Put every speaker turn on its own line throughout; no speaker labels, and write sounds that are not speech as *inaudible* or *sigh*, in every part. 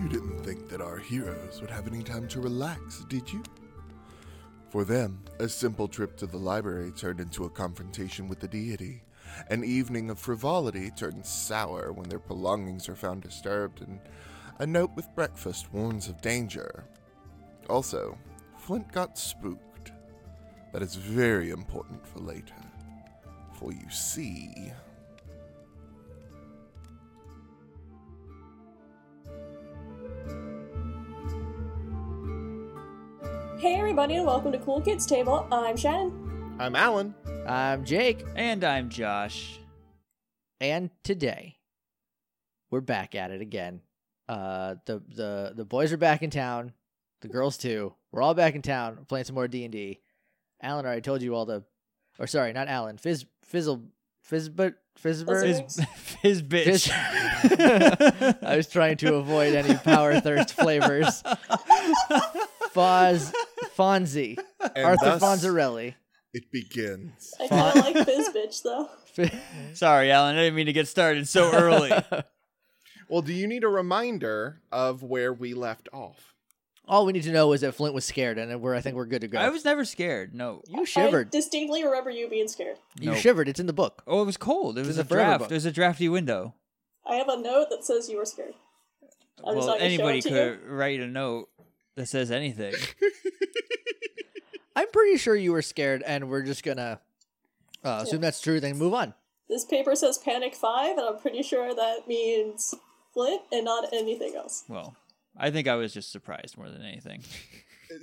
You didn't think that our heroes would have any time to relax, did you? For them, a simple trip to the library turned into a confrontation with the deity. An evening of frivolity turned sour when their belongings are found disturbed, and a note with breakfast warns of danger. Also, Flint got spooked. That is very important for later. For you see,
Hey everybody, and welcome to Cool Kids Table. I'm Shannon.
I'm Alan.
I'm Jake,
And I'm Josh.
and today we're back at it again. Uh, the the the boys are back in town, the girls too. We're all back in town We're playing some more D and D. Alan already told you all the, or sorry, not Alan. Fizz Fizzle Fizzbut Fizzbur.
Fizzbit.
His bitch.
Fizz- I was trying to avoid any power thirst flavors. Foz Fonzie
and
Arthur
thus
Fonzarelli. *laughs*
it begins.
I kind of like this bitch
*laughs*
though.
*laughs* Sorry, Alan. I didn't mean to get started so early.
Well, do you need a reminder of where we left off?
All we need to know is that Flint was scared, and we're I think we're good to go.
*laughs* I was never scared. No.
you shivered.
I distinctly remember you being scared.
You
No.
shivered. It's in the book.
Oh, it was cold. It
This
was
is
a
a forever
draft.
book.
It was a drafty window.
I have a note that says you were scared. I'm just
well,
not gonna show
anybody
it to
could write a note that
*laughs*
says anything.
I'm pretty sure you were scared, and we're just gonna uh, assume that's true. Then move on.
This paper says Panic 5, and I'm pretty sure that means Flint and not anything else.
well, I think I was just surprised more than anything.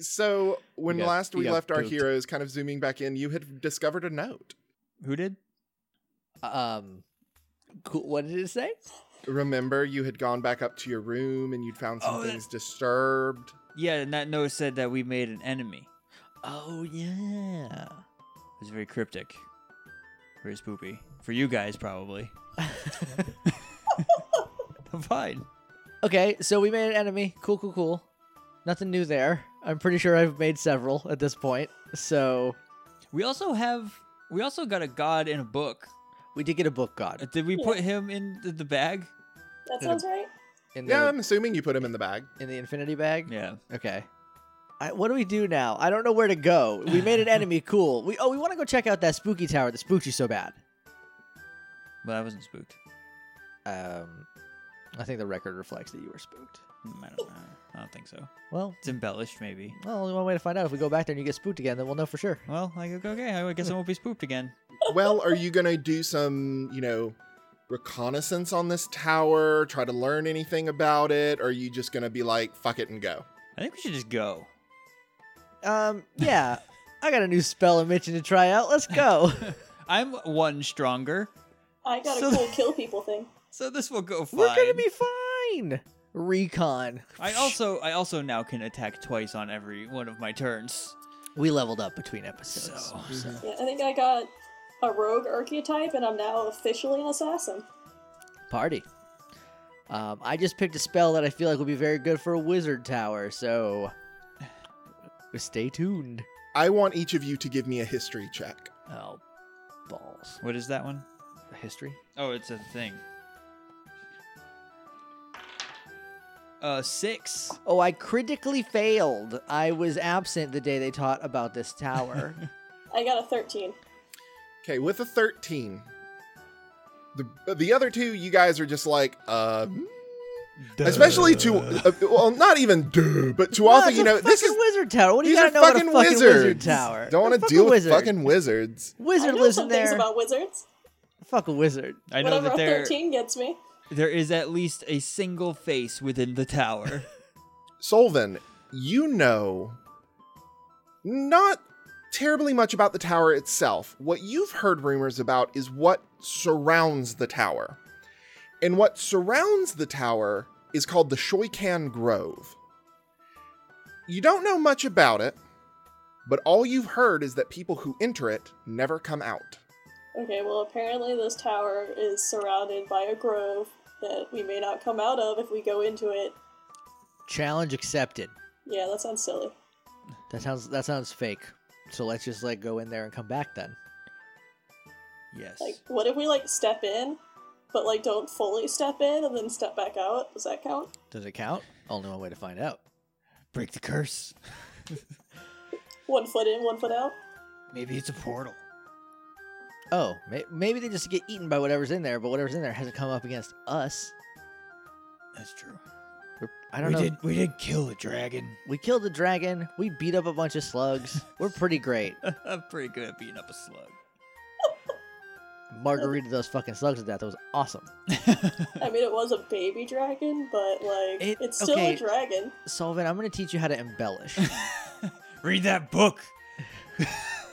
So, when
You got-
last
you
we
got
left our
pooped.
heroes, kind of zooming back in, you had discovered a note.
Who did?
Um, cool. What did it say?
Remember, you had gone back up to your room and you'd found some
Oh, that-
things disturbed.
Yeah, and that note said that we made an enemy.
Oh yeah.
It was very cryptic. For his poopy. For you
*laughs*
guys, probably. *laughs* Fine.
Okay, so we made an enemy. Cool, cool, cool. Nothing new there. I'm pretty sure I've made several at this point. So
We also have. We also got a god in a book.
we did get a book
Uh,
god.
Did we put him in the- the bag?
That
Yeah.
sounds right.
In the,
Yeah, I'm assuming you put him in the bag.
in the infinity bag.
Yeah.
Okay. I, what do we do now? I don't know where to go. We made an enemy. Cool. We oh we want to go check out that spooky tower that spooked you so bad.
Well, I wasn't spooked.
Um, I think the record reflects that you were spooked.
Mm, I don't know. I don't think so.
Well,
It's embellished, maybe.
well, only one way to find out. If we go back there and you get spooked again, then we'll know for sure.
Well, I go, okay, I guess I won't be spooked again.
well, are you going to do some, you know, reconnaissance on this tower? Try to learn anything about it? Or are you just going to be like, fuck it and go?
I think we should just go.
Um, yeah, I got a new spell I'm itching to try out. Let's go.
I'm one stronger,
I got
So-
a
*laughs*
cool kill people thing.
so this will go fine.
We're gonna be fine. Recon.
I also, I also now can attack twice on every one of my turns.
we leveled up between episodes.
So-
so-
Yeah, I think I got a rogue archetype, and I'm now officially an assassin.
Party. Um, I just picked a spell that I feel like would be very good for a wizard tower. So stay tuned.
I want each of you to give me a history check.
Oh, balls.
What is that one?
History.
Oh, it's a thing. Uh, six.
Oh, I critically failed. I was absent the day they taught about this tower.
I got a 13.
Okay, with a 13. The, the other two, you guys are just like, uh, especially to, uh, well, not even duh, but to
Well,
all the,
it's
you
a
know, this
fucking
is,
wizard tower. What do you
these
gotta
are
know about a
fucking
fucking
wizards.
wizard tower?
Don't
want to
deal
wizard.
with fucking wizards.
I
wizard
know
lives in
some
there.
things about wizards.
Fuck a wizard.
I know
Whatever
that
a
there
13 gets me.
there is at least a single face within the *laughs* tower.
Solvin, you know not terribly much about the tower itself. What you've heard rumors about is what surrounds the tower. And what surrounds the tower is called the Shoykan Grove. You don't know much about it, but all you've heard is that people who enter it never come out.
Okay, well, apparently this tower is surrounded by a grove that we may not come out of if we go into it.
Challenge accepted.
Yeah, that sounds silly.
That sounds that sounds fake. So let's just like go in there and come back then.
yes.
Like, what if we, like, step in, but, like, don't fully step in and then step back out? Does that count?
Does it count? Only one way to find out.
Break the curse.
One foot in, one foot out.
Maybe it's a portal.
Oh, may- maybe they just get eaten by whatever's in there, but whatever's in there hasn't come up against us.
That's true.
We're, I don't
we
know.
Did, we did kill a dragon.
We killed the dragon. We beat up a bunch of slugs. We're
*laughs*
pretty great.
*laughs* I'm pretty good at beating up a slug.
Margarita those fucking slugs to death. That was awesome.
I mean, it was a baby dragon, but like
It-
it's still
okay.
a dragon.
Sullivan, I'm going to teach you how to embellish.
Read that book.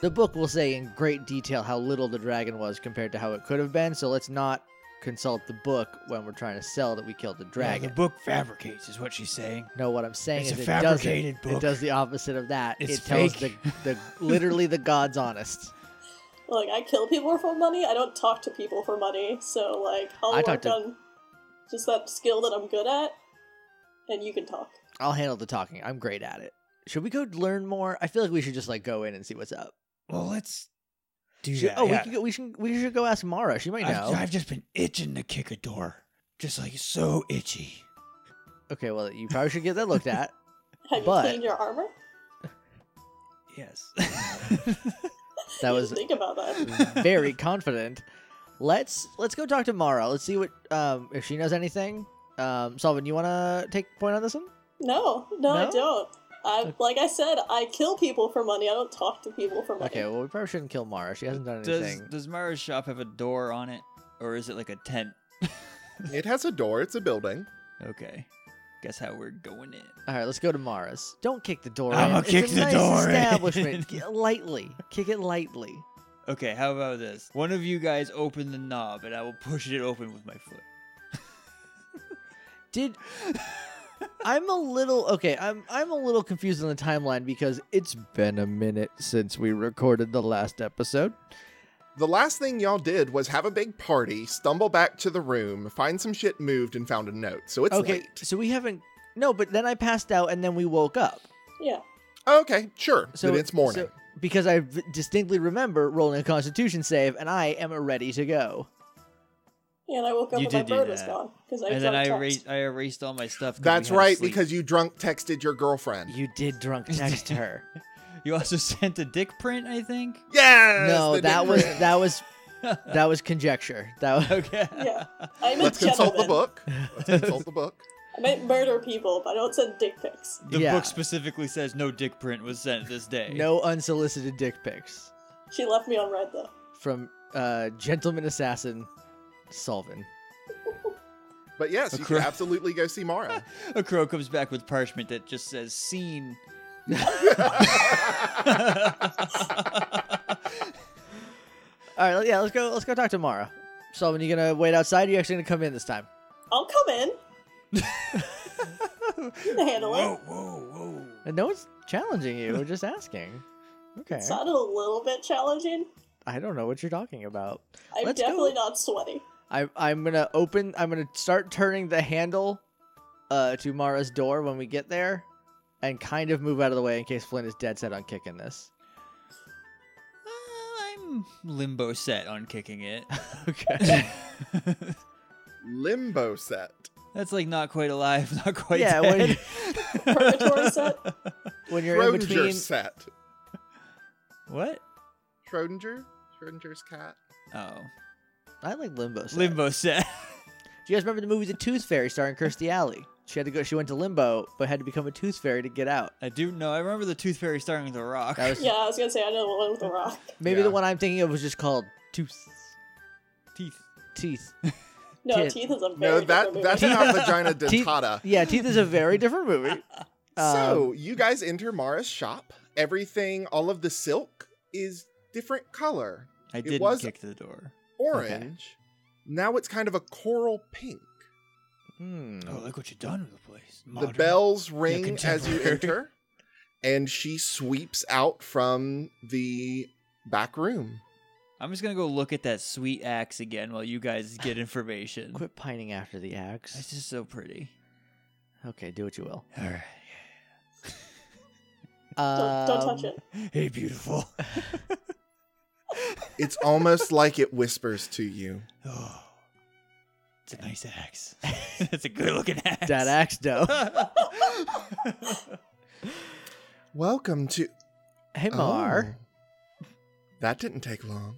the book will say in great detail how little the dragon was compared to how it could have been, so let's not consult the book when we're trying to sell that we killed the
Dragon.
dragon.
the book fabricates, is what she's saying.
No, what I'm saying
It's
is
a
it
fabricated
doesn't. It
book.
does the opposite of that.
It's
it tells the,
fake. *laughs*
the literally the gods honest.
Like I kill people for money. I don't talk to people for money. So like I'll
I talk
work
to-
on just that skill that I'm good at, and you can talk.
I'll handle the talking. I'm great at it. Should we go learn more? I feel like we should just like go in and see what's up.
Well, let's do
Should-
that.
oh, we
yeah.
could go, we should we should go ask Mara. She might know.
I've, I've just been itching to kick a door. Just like so itchy.
Okay, well you probably should get that looked at.
Have
But-
you cleaned your armor?
*laughs* Yes.
That
You
was
think about
*laughs*
that.
very confident. Let's let's go talk to Mara. Let's see what um if she knows anything. Um, Solvin, you want to take point on this one?
No, no, I
No?
don't. I like I said, I kill people for money. I don't talk to people for money.
Okay, well we probably shouldn't kill Mara. She hasn't done
does
anything.
does Mara's shop have a door on it, or is it like a tent?
It has a door, it's a building.
Okay. Guess how we're going in.
All right, let's go to Mara's. Don't kick the door.
I'ma
in. It's a
kick the
nice
door in. *laughs*
Establishment. Ki- lightly. Kick it lightly.
Okay, how about this? One of you guys open the knob, and I will push it open with my foot.
Did I'm a little okay. I'm I'm a little confused on the timeline because it's been a minute since we recorded the last episode.
The last thing y'all did was have a big party, stumble back to the room, find some shit moved, and found a note. So it's
okay,
late.
so we haven't. No, but then I passed out and then we woke up.
Yeah.
Okay, sure.
So
then it's morning.
so- because I v- distinctly remember rolling a Constitution save and I am ready to go.
And I woke up
You
and my
did do
bird was
that.
gone because I
and then
drunk
I
text.
erased, I erased all my stuff. 'cause we
That's
had to
right,
sleep.
because you drunk texted your girlfriend.
You did
*laughs*
drunk text her.
you also *laughs* sent a dick print, I think.
yes!
no,
the
that
dick
was
print.
that was that was conjecture. That was.
Okay.
*laughs* Yeah. I'm
Let's
a gentleman.
consult the book. Let's
*laughs*
consult the book.
I might murder people, but I don't send dick pics.
The
Yeah.
book specifically says no dick print was sent this day.
No unsolicited dick pics
She left me on red though.
from uh, gentleman assassin Solvin.
But yes, you
cra-
could absolutely go see Mara.
A crow comes back with parchment that just
*laughs*
says "seen."
All right, yeah, let's go. Let's go talk to Mara. Solvin, you gonna wait outside? Or you actually gonna come in this time?
I'll come in. You can handle
Whoa,
it.
whoa, whoa!
And no one's challenging you. We're just
*laughs*
asking. Okay.
Sounded a little bit challenging.
I don't know what you're talking about.
I'm
Let's
definitely
go.
not sweaty.
I, I'm gonna open. I'm gonna start turning the handle uh, to Mara's door when we get there, and kind of move out of the way in case Flynn is dead set on kicking this.
Uh, I'm limbo set on kicking it.
Okay.
Limbo set.
*laughs* That's like not quite alive, *laughs* not quite
Yeah, when-
dead.
Purgatory set?
when you're in
Schrodinger
between,
set.
*laughs* What?
Schrodinger? Schrodinger's cat.
Oh,
I like limbo. Set.
limbo set. *laughs*
Do you guys remember the movie The Tooth Fairy starring Kirstie Alley? She had to go. She went to limbo, but had to become a tooth fairy to get out.
I do know. I remember the Tooth Fairy starting with a rock.
That was
Yeah, I was gonna say I know the one with the rock.
maybe
Yeah.
the one I'm thinking of was just called Tooth
teeth.
Teeth.
No,
Kid.
teeth is a very
No,
different
that
movie.
that's
*laughs*
not vagina dentata.
Yeah, Teeth is a very different movie. Um,
*laughs* So you guys enter Mara's shop. Everything, all of the silk is different color,
I did
was-
kick the door.
orange. Now it's kind of a coral pink.
hmm.
Oh, look what you've done with the place.
The bells ring as you
contemporary.
enter, and she sweeps out from the back room.
I'm just gonna go look at that sweet axe again while you guys *laughs* get information.
Quit pining after the
It's
axe.
just so pretty.
Okay, do what you will.
All right.
Don't, don't touch
Um,
it.
Hey, *laughs* beautiful.
It's almost like it whispers to you.
oh, It's a nice axe. *laughs* That's a good looking axe.
That axe
*laughs*
dough.
axe.
Welcome to
hey Mar.
Oh. That didn't take long.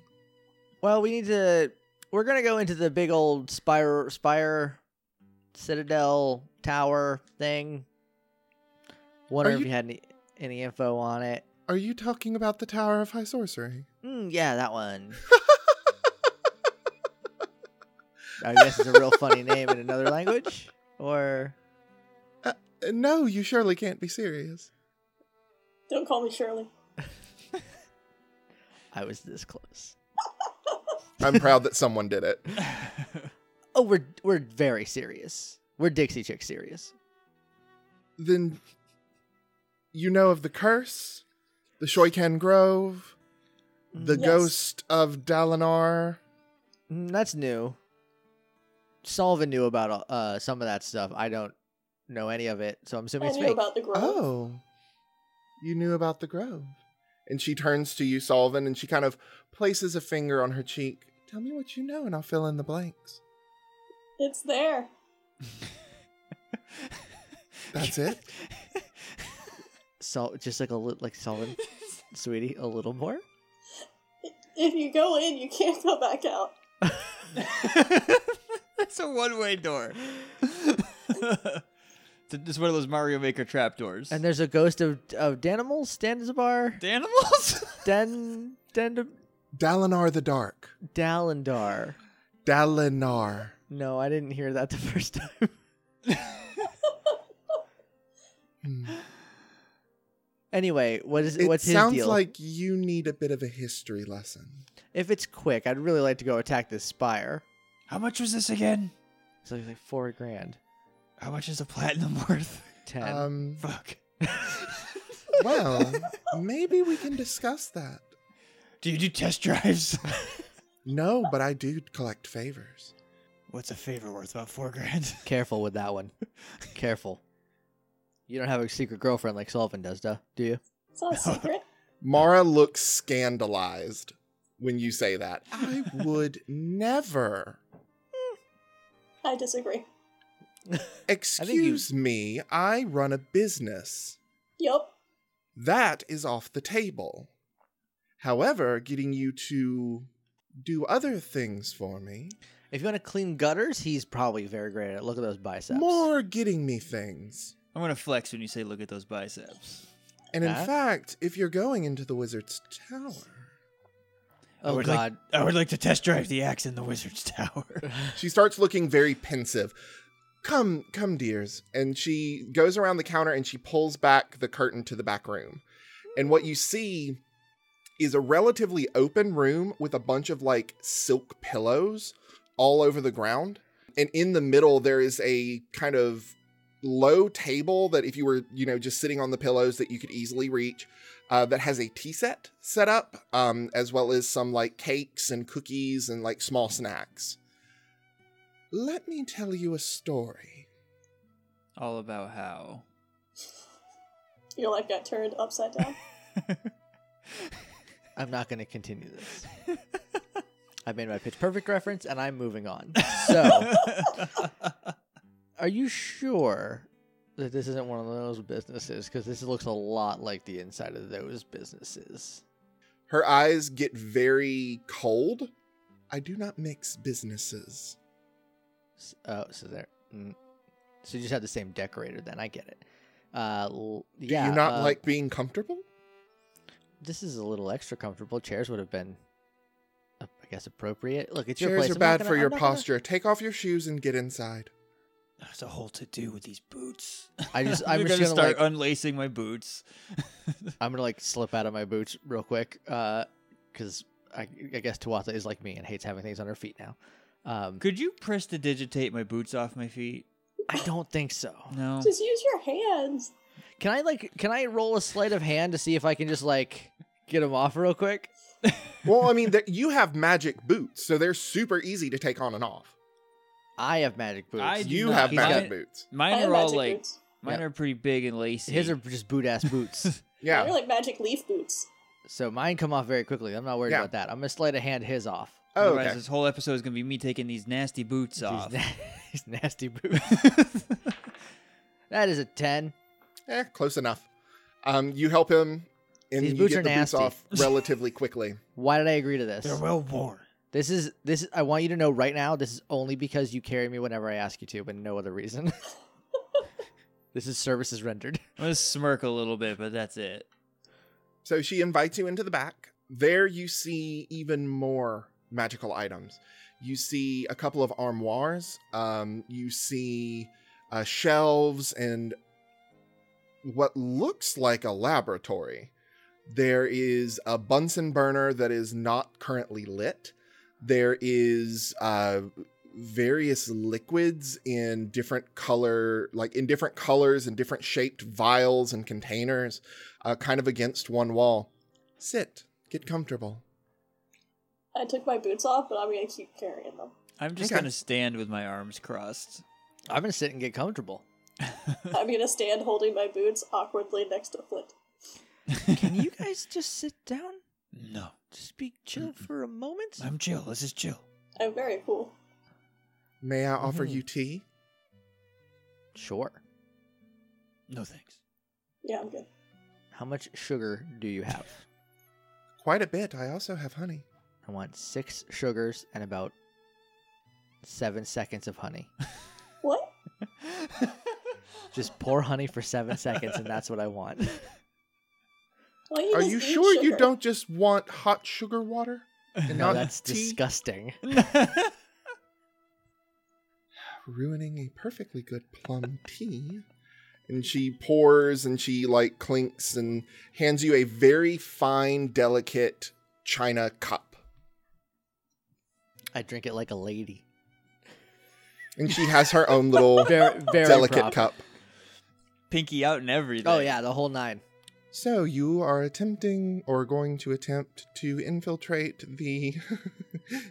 Well, we need to. We're gonna go into the big old spire, spire, citadel tower thing. Wondering
Are
if
you-
you had any any info on it.
Are you talking about the Tower of High Sorcery?
Mm, yeah,
*laughs*
that one. I guess it's a real funny name in another language, or
Uh, No, you surely can't be serious.
Don't call me Shirley. *laughs*
I was this close.
I'm proud that someone did it.
*laughs*
Oh, we're we're very serious. We're Dixie Chick serious.
Then you know of the curse, the Shoyken Grove, the
Yes.
ghost of Dalinar.
Mm, That's new. Sullivan knew about uh, some of that stuff. I don't know any of it, so
I
I'm assuming it's
knew
fake.
about the grove.
Oh, you knew about the grove. And she turns to you, Solvin, and she kind of places a finger on her cheek. Tell me what you know, and I'll fill in the blanks.
It's there.
That's it.
Sol- just like a li-
*laughs*
like Sullivan, sweetie, a little more.
If you go in, you can't go back out.
*laughs* That's a one way door. *laughs* It's a- it's one of those Mario Maker trapdoors.
And there's a ghost of of Danimals, Danzabar,
the animals? *laughs*
Den Den
*laughs* Dalinar the Dark.
Dalindar.
Dalinar.
No, I didn't hear that the first time. *laughs*
Hmm. anyway,
anyway, what is
it
what's his
sounds
deal?
like you need a bit of a history lesson.
if it's quick, I'd really like to go attack this spire.
How much was this again?
So it's like four grand,
How much is a platinum *laughs* worth?
ten.
*laughs*
Um,
Fuck.
well, maybe we can discuss that.
Do you do test drives? *laughs*
No, but I do collect favors.
What's a favor worth? About four grand. *laughs*
Careful with that *laughs* one. Careful. You don't have a secret girlfriend like Sullivan does, duh? Do you?
It's
*laughs*
not a secret.
Mara looks scandalized when you say that. I would never.
I disagree.
Excuse me, I run a business.
Yup.
That is off the table. However, getting you to do other things for me,
If you want to clean gutters, he's probably very great at it. Look at those biceps.
more getting me things.
I'm gonna flex when you say, "Look at those biceps."
And in
Huh?
fact, if you're going into the wizard's tower,
I
Oh,
would like-
God.
I would like to test drive the axe in the wizard's tower.
She starts looking very pensive. Come, come, dears. And she goes around the counter and she pulls back the curtain to the back room. And what you see is a relatively open room with a bunch of like silk pillows all over the ground. And in the middle, there is a kind of low table that if you were, you know, just sitting on the pillows that you could easily reach. Uh, that has a tea set set up, um, as well as some like cakes and cookies and like small snacks. Let me tell you a story.
*laughs* All about *laughs* how.
Your life got turned upside
*laughs*
down.
I'm not going to continue this. *laughs* I've made my pitch perfect reference, and I'm moving on. *laughs* So,
Oh. *laughs* So.
are you sure that this isn't one of those businesses? Because this looks a lot like the inside of those businesses.
Her eyes get very cold. I do not mix businesses.
S- Oh, so there. Mm. So you just have the same decorator then. I get it. Uh, l-
Do
yeah.
you not
uh,
like being comfortable?
This is a little extra comfortable. Chairs would have been, uh, I guess, appropriate. Look, it's your
Chairs
place.
are
I'm not
bad
gonna-
for
I'm
your
not gonna-
posture. Take off your shoes and get inside.
There's a whole to do with these boots.
*laughs*
I just- I'm
*laughs* You're
just
gonna,
gonna,
start
like-
unlacing my boots. *laughs*
I'm gonna like slip out of my boots real quick, because I, I guess Tuatha is like me and hates having things on her feet now. Um,
Could you press to digitate my boots off my feet?
I don't think so.
No.
Just use your hands.
Can I like? Can I roll a sleight of hand to see if I can just like get them off real quick?
Well, I mean, *laughs* that you have magic boots, so they're super easy to take on and off.
I have magic boots.
I do
You
not.
have
He's got-
magic boots.
I
Mine
have
are all
magic
like
boots.
mine
Yeah.
are pretty big and lacy.
His are just boot ass boots.
They're
Yeah.
like magic leaf boots.
So mine come off very quickly. I'm not worried
Yeah.
about that. I'm gonna sleight of hand his off.
Oh,
Otherwise,
okay.
this whole episode is gonna be me taking these nasty boots
These
off.
na- *laughs* these nasty boots. *laughs* that is a ten.
Eh, close enough. Um, you help him, and
These
you
boots
get
are
the
nasty.
boots
*laughs*
off relatively quickly.
Why did I agree to this?
well worn.
This is this. I want you to know right now. This is only because you carry me whenever I ask you to, but no other reason. *laughs* this is services rendered.
I'm gonna smirk a little bit, but that's it.
So she invites you into the back. There you see even more magical items. You see a couple of armoires. Um, you see uh, shelves and what looks like a laboratory. There is a Bunsen burner that is not currently lit. There is uh, various liquids in different color, like in different colors and different shaped vials and containers uh, kind of against one wall. Sit, get comfortable.
I took my boots off, but I'm gonna keep carrying
*laughs*
them.
I'm just
Okay.
gonna stand with my arms crossed.
I'm gonna sit and get comfortable.
I'm gonna stand holding my boots awkwardly next to Flint.
Can
*laughs*
you guys just sit down?
No,
Just be chill for a moment.
I'm chill. This is chill.
I'm very cool.
May I offer
Mhm.
you tea?
Sure.
No *laughs* thanks.
Yeah, I'm good.
How much sugar do you have?
Quite a bit. I also have honey.
I want six sugars and about seven seconds of honey.
What?
Just pour honey for seven seconds, and that's what I *laughs* want.
Why don't
Are
just
you
eat
sure you
sugar?
don't just want hot sugar water? And
No,
not
that's
tea?
disgusting.
Ruining a perfectly good plum tea. And she pours and she like clinks and hands you a very fine, delicate china cup.
I drink it like a lady.
And she has her own little
Very, *laughs* very
delicate
proper.
cup.
*laughs* Pinky out and everything.
Oh yeah, the whole nine.
So you are attempting or going to attempt to infiltrate the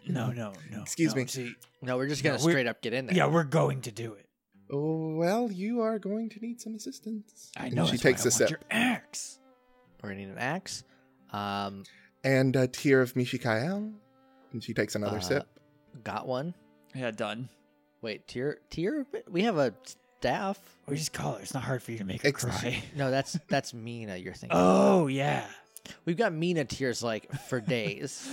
No, no, no.
Excuse
no,
me.
See,
No, we're just gonna
No, we're-
straight up get in there.
yeah, we're going to do it.
Oh, well, you are going to need some assistance.
I
And
know.
she
that's why
takes
I
a
want
sip,
Your axe.
We're gonna need an axe. Um,
and a tear of Mishikael, and she takes another
Uh,
sip.
got one.
Yeah, done.
Wait, tier, tier. We have a staff.
We just call her. It's not hard for you to make her
Excellent.
cry. *laughs*
No, that's that's Mina. You're thinking.
Oh yeah.
We've got Mina tears like for
*laughs*
days.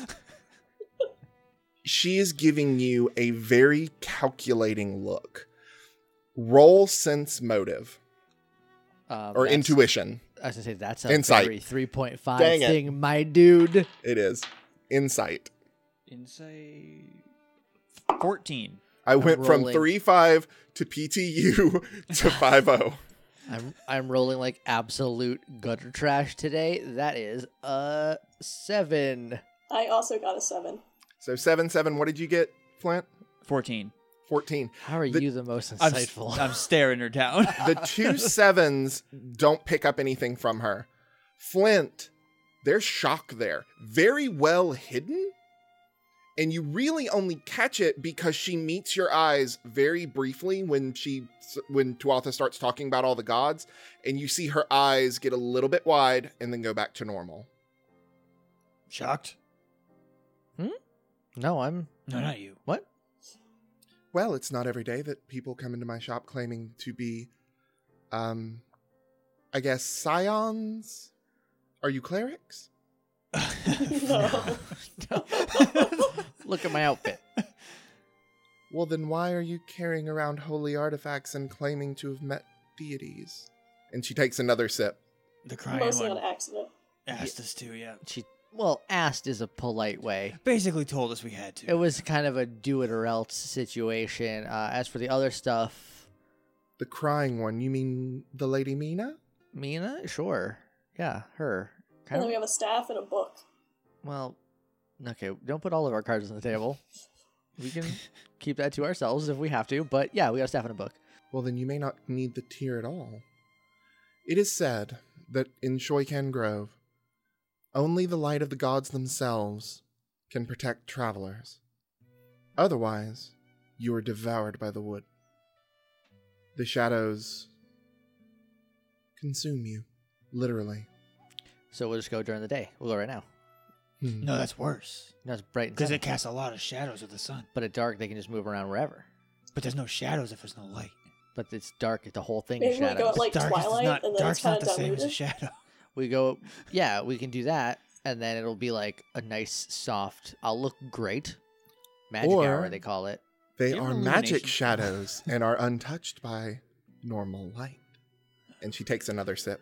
She is giving you a very calculating look. Roll sense motive
Um,
or
that's-
intuition.
I was gonna say that's a
Insight.
very 3.5
Dang it.
thing, my dude.
It is insight.
Inside. Fourteen.
I went from
rolling.
three five to PTU *laughs*
*laughs*
to five oh. zero.
I'm I'm rolling like absolute gutter trash today. That is a seven.
I also got a seven.
So seven seven. What did you get, Flint?
Fourteen.
Fourteen.
How are
The-
you the most
I'm, s-
insightful?
I'm staring her *laughs* down.
the two sevens don't pick up anything from her. Flint, there's shock there. Very well hidden. And you really only catch it because she meets your eyes very briefly when she when Tuatha starts talking about all the gods, and you see her eyes get a little bit wide and then go back to normal.
Shocked?
no, I'm
No, not you. *laughs*
what?
Well, it's not every day that people come into my shop claiming to be, um, I guess scions. Are you clerics?
No.
No. Look at my outfit.
Well, then why are you carrying around holy artifacts and claiming to have met deities? And she takes another sip.
The crying
Mostly
one
on accident.
asked us to, yeah.
She well asked is a polite way.
Basically told us we had to.
It was kind of a do it or else situation. Uh, as for the other stuff,
The crying one, you mean the Lady Mina?
Mina, sure, yeah, her.
And
Kind
then
of,
we have a staff and a book.
*laughs*
well, okay, don't put all of our cards on the table. We can keep that to ourselves if we have to, but yeah, we got a staff and a book.
Well, then you may not need the tear at all. It is said that in Shoykan Grove, only the light of the gods themselves can protect travelers. Otherwise, you are devoured by the wood. The shadows consume you, literally.
So we'll just go during the day. We'll go right now.
Hmm.
No, that's worse.
No, it's bright and
Because it
sunny.
casts a lot of shadows with the sun.
But at dark, they can just move around wherever.
But there's no shadows if there's no light.
But it's dark. The whole thing
Maybe
is
we go
shadows.
at, like,
dark
Twilight,
is not,
and then
dark's
it's
not
kinda
the same as a
diluted.
shadow. *laughs*
we go. Yeah, we can do that, and then it'll be like a nice, soft. I'll look great. Magic
Or-
hour, they call it.
They
You have
are
an
magic
*laughs*
illumination.
shadows and are untouched by normal light. And she takes another sip.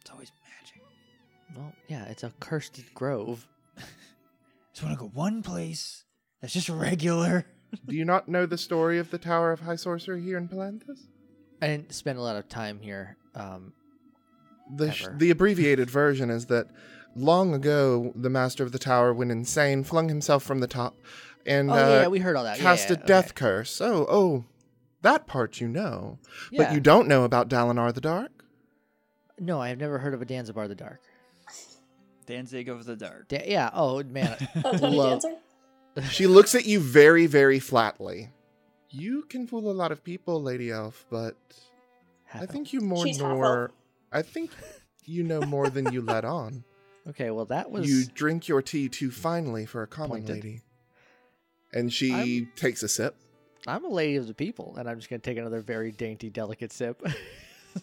It's always magic. I
Well, yeah, it's a cursed grove.
just want to go one place that's just regular.
Do you not know the story of the Tower of High Sorcery here in Palanthus?
I didn't spend a lot of time here. Um,
The, sh-
Ever.
the abbreviated version is that long ago, the master of the tower went insane, flung himself from the top, and
oh
uh,
yeah, yeah, we heard all that. Yeah,
cast
yeah,
a death
okay.
curse. Oh, oh, that part you know. But
Yeah.
you don't know about Dalinar the Dark?
No, I have never heard of a Danzibar the Dark.
Danzig of the dark.
Da- yeah. Oh man.
Oh, Tony
Love-
Dancer?
She looks at you very, very flatly. You can fool a lot of people, Lady Elf, but *laughs* I
half elf.
think you more
She's half
nor I think you know more than you let
*laughs*
on.
Okay. Well, that was.
You drink your tea too finely for a common
Pointed.
lady. And she
I'm-
takes a sip.
I'm a lady of the people, and I'm just gonna take another very dainty,
*laughs*
delicate sip.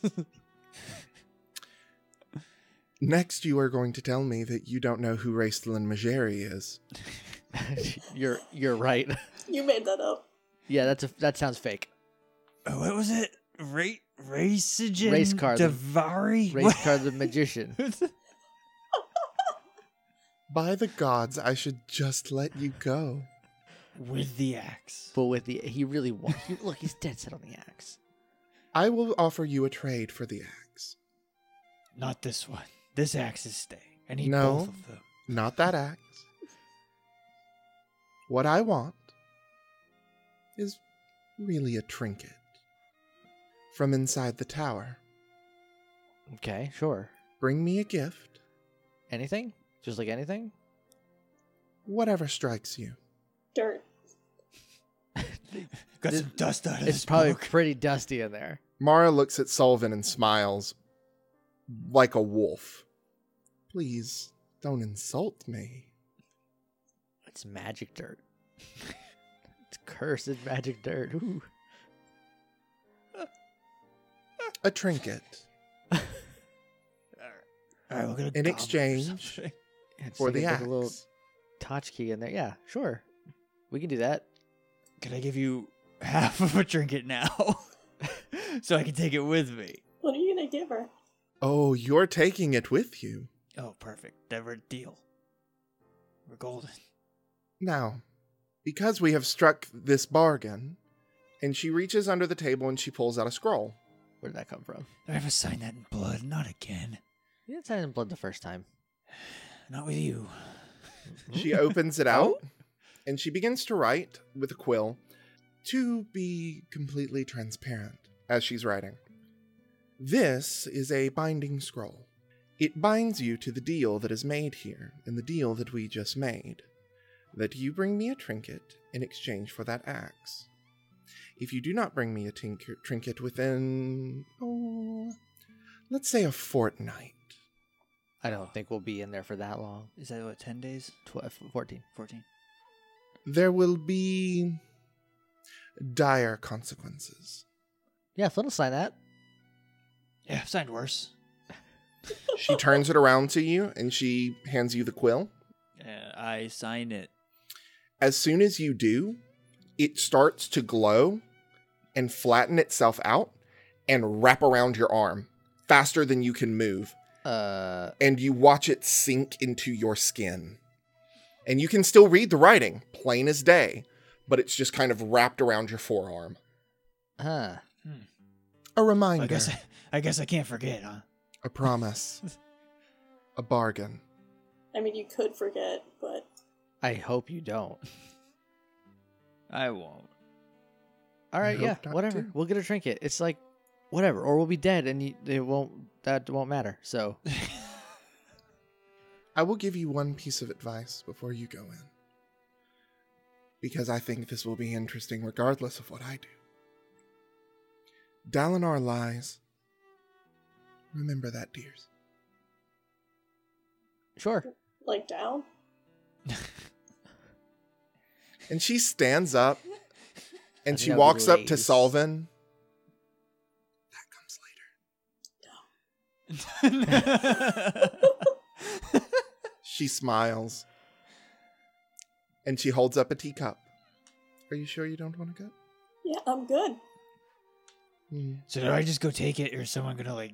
*laughs*
Next, you are going to tell me that you don't know who Raistlin Majeri is.
you're you're right. *laughs*
You made that up.
Yeah, that's a that sounds fake.
Oh, what was it? Ra- Racigen?
Race car, the-
Davari?
Race
*laughs*
car the magician.
By the gods, I should just let you go.
With the axe.
But with the he really won. He, look, he's dead set on the axe.
I will offer you a trade for the axe.
Not this one. This axe is stay. I need
No.
both of them.
Not that axe. What I want is really a trinket from inside the tower.
Okay, sure.
Bring me a gift,
Anything? Just like anything?
whatever strikes you.
Dirt.
*laughs* Got
This-
some dust out of
It's
this
probably
book.
pretty dusty in there.
Mara looks at Solvin and smiles like a wolf. Please don't insult me.
It's magic dirt. *laughs* it's cursed magic dirt. Ooh.
A trinket.
All right, we're gonna
In
gobble or
exchange
something. *laughs*
It's
for
like
the
a,
axe.
big little totch key in there. Yeah, sure. We can do that.
Can I give you half of a trinket now, *laughs* so I can take it with me?
What are you gonna give her?
Oh, you're taking it with you.
Oh, perfect. That we're deal. We're golden.
Now, because we have struck this bargain, and she reaches under the table and she pulls out a scroll.
Where did that come from?
I ever sign that in blood? Not again.
You didn't sign in blood the first time.
Not with you.
She opens it out and she begins to write with a quill to be completely transparent as she's writing. This is a binding scroll. It binds you to the deal that is made here and the deal that we just made that you bring me a trinket in exchange for that axe. If you do not bring me a tinker- trinket within, oh, let's say a fortnight,
I don't think we'll be in there for that long.
Is that what? Ten days?
12, 14.
Fourteen?
there will be dire consequences.
Yeah, Flynn will sign that.
Yeah, I've signed worse.
She turns it around to you and she hands you the quill.
Yeah, I sign it.
As soon as you do, it starts to glow and flatten itself out and wrap around your arm faster than you can move.
Uh,
And you watch it sink into your skin. And you can still read the writing, plain as day, but it's just kind of wrapped around your forearm.
huh.
A
I,
reminder,
guess. I, guess I can't forget, huh?
a
*laughs*
promise, a bargain.
I mean, you could forget, but
I hope you don't.
I won't.
All right,
hope
yeah,
not
whatever.
to.
We'll get a trinket. It's like, whatever, or we'll be dead, and you, it won't. That won't matter. So,
I will give you one piece of advice before you go in. Because I think this will be interesting regardless of what I do. Dalinar lies. Remember that, dears.
sure.
like down?
And she stands up and
think
she
I'll be
walks up
late.
to Solvin. That comes later. She smiles and she holds up a teacup. Are you sure you don't want a cup?
Yeah, I'm good.
Hmm.
*laughs* so do I just go take it, or is someone gonna like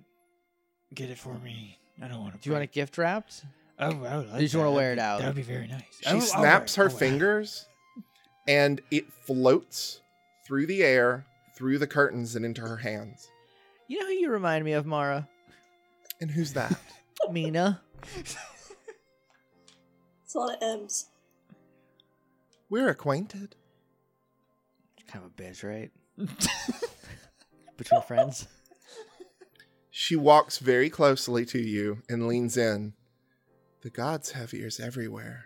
get it for me? I don't want to.
Do you want it gift wrapped?
Oh, I would like
You just
that.
wanna
That'd
wear it
be-
out.
That would be very nice.
She snaps
Oh,
her fingers and it floats through the air, through the curtains, and into her hands.
You know who you remind me of, Mara?
And who's that?
Mina.
It's a lot of M's.
*laughs* We're acquainted.
Kind of a bitch,
*laughs*
right? Between friends.
She walks very closely to you and leans in. The gods have ears everywhere.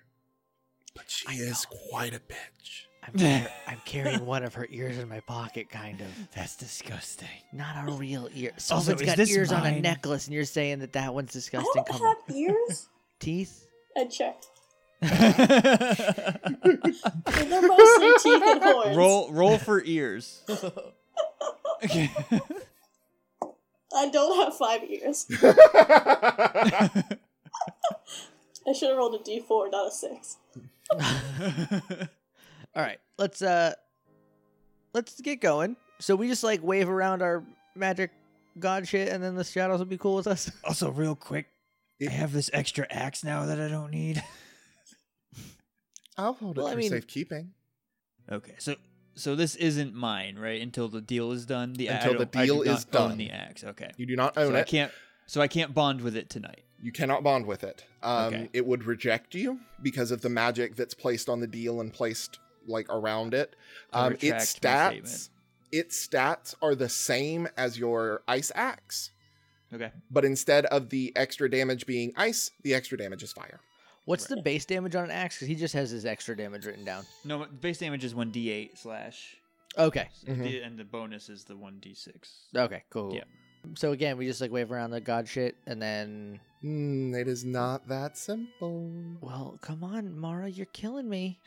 But she is quite a bitch.
*laughs*
I'm, car- I'm carrying one of her ears in my pocket, kind of.
That's
*laughs*
disgusting. *laughs*
Not a real ear.
Also,
Someone's
is
got
this
ears on a
mine? Oh,
necklace, and you're saying that that one's
I
disgusting.
don't
Come on.
have
*laughs*
ears.
Teeth?
I checked.
roll
I mean, they're mostly teeth and
*laughs*
horns.
roll for ears. Okay.
I don't have five ears. I should have rolled a d4, not a six.
All right, let's uh, let's get going. So we just like wave around our magic god shit, and then the shadows will be cool with us. *laughs*
also, real quick, I have this extra axe now that I don't need.
*laughs* I'll hold
Well,
it
I
for
mean-
safekeeping.
Okay, so so this isn't mine, right? Until the deal is done. The I
Until the
don't- I do
deal
not
is
own
done.
The axe. Okay.
You do not
So
own
I
it.
can't. So I can't bond with it tonight.
You cannot bond with it. Um,
Okay.
It would reject you because of the magic that's placed on the deal and placed like around it.
I
Um, its
retract my
stats,
statement.
its stats are the same as your ice axe,
Okay.
but instead of the extra damage being ice, the extra damage is fire.
What's the base damage on an axe? 'Cause he just has his extra damage written down.
No, but base damage is one d8 slash,
Okay.
Mhm.
and the bonus is the one d6.
Okay. Cool.
Yeah.
So again, we just like wave around the god shit, and then
Mm, it is not that simple.
well, come on, Mara, you're killing me.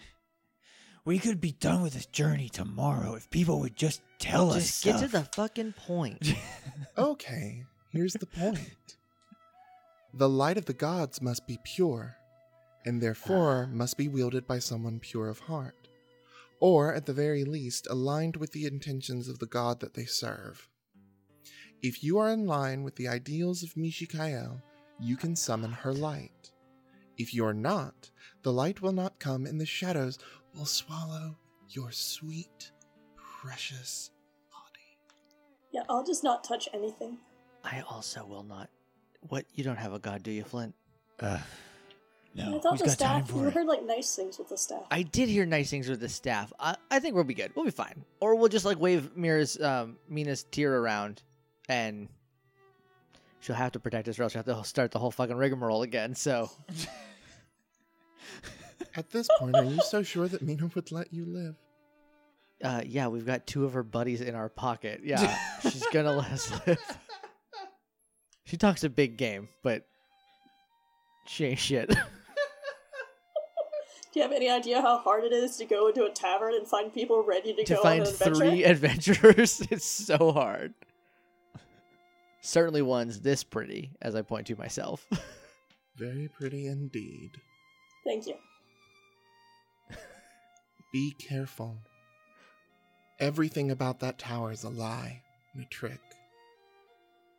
We could be done with this journey tomorrow if people would just tell us.
Just get to the
stuff.
fucking point.
*laughs*
Okay, here's the point. The light of the gods must be pure, and therefore must be wielded by someone pure of heart, or at the very least aligned with the intentions of the god that they serve. If you are in line with the ideals of Mishikael, you can summon her light. If you are not, the light will not come, and the shadows will swallow your sweet, precious body.
Yeah, I'll just not touch anything.
I also will not. What? You don't have a god, do you, Flint?
Uh, no,
I thought
who's
the
got time
staff,
for
you
it?
heard like nice things with the staff.
I did hear nice things with the staff. I, I think we'll be good. We'll be fine. Or we'll just like wave Mira's um, Mina's tear around, and she'll have to protect us, or else she'll have to start the whole fucking rigmarole again. So
At this point, are you
*laughs*
so sure that Mina would let you live?
uh, yeah, we've got two of her buddies in our pocket.
*laughs*
Yeah, she's gonna let us live. She talks a big game, but she
*laughs*
ain't shit.
Do you have any idea how hard it is to go into a tavern and find people ready to,
to
go
find
on an adventure?
three
e-
adventurers *laughs* it's so hard certainly one's this pretty as i point to myself *laughs*
Very pretty indeed.
Thank you.
Be careful. Everything about that tower is a lie and a trick.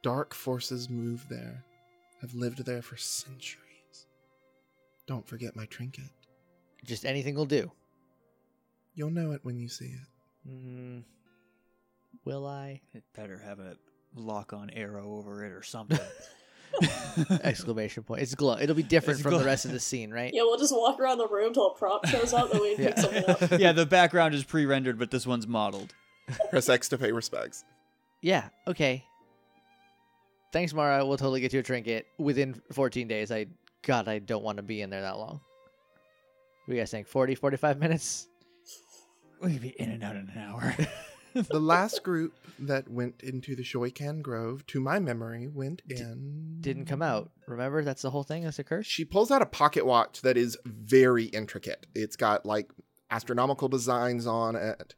Dark forces move there, have lived there for centuries. Don't forget my trinket.
just anything will do
You'll know it when you see it.
mm, will i
It better have a lock on arrow over it or something.
*laughs*
*laughs*
exclamation point it's glow it'll be different
It's
from
glow.
the rest *laughs* of the scene right
Yeah, we'll just walk around the room till a prop shows up
*laughs*
and we
Yeah.
pick something up.
yeah, the background is pre-rendered, but this one's modeled.
Press X to pay respects.
yeah okay thanks mara we'll totally get you a trinket within 14 days i god i don't want to be in there that long we guys think 40 45 minutes
*laughs* We could be in and out in an hour.
the last group that went into the Shoykan Grove, to my memory, went in.
Didn't come out. Remember, that's the whole thing. That's a curse.
She pulls out a pocket watch that is very intricate. It's got like astronomical designs on it,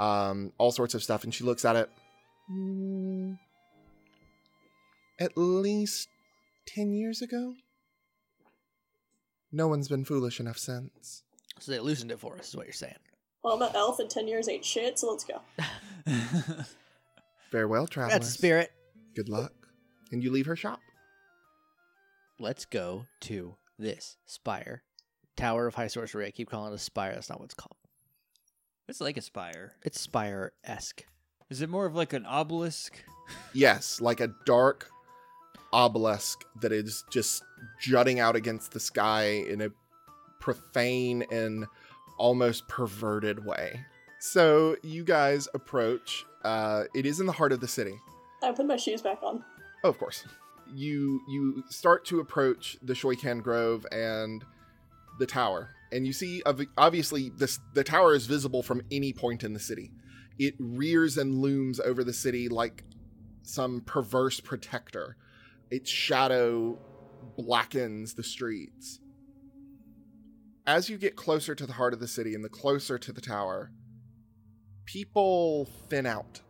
um, all sorts of stuff. And she looks at it. "Hmm, At least 10 years ago? No one's been foolish enough since.
So they loosened it for us. Is what you're saying.
Well, I'm an elf and 10 years ain't shit, so let's go.
Farewell, travelers.
That's a spirit.
Good luck. And you leave her shop.
Let's go to this spire, Tower of High Sorcery. I keep calling it a spire. That's not what it's called.
it's like a spire.
It's spire esque.
Is it more of like an obelisk?
Yes, like a dark obelisk that is just jutting out against the sky in a profane and almost perverted way. So you guys approach. Uh, it is in the heart of the city.
I put my shoes back on.
Oh, of course. You you start to approach the Shoykan Grove and the tower, and you see ob- obviously this the tower is visible from any point in the city. It rears and looms over the city like some perverse protector. Its shadow blackens the streets. As you get closer to the heart of the city and the closer to the tower, people thin out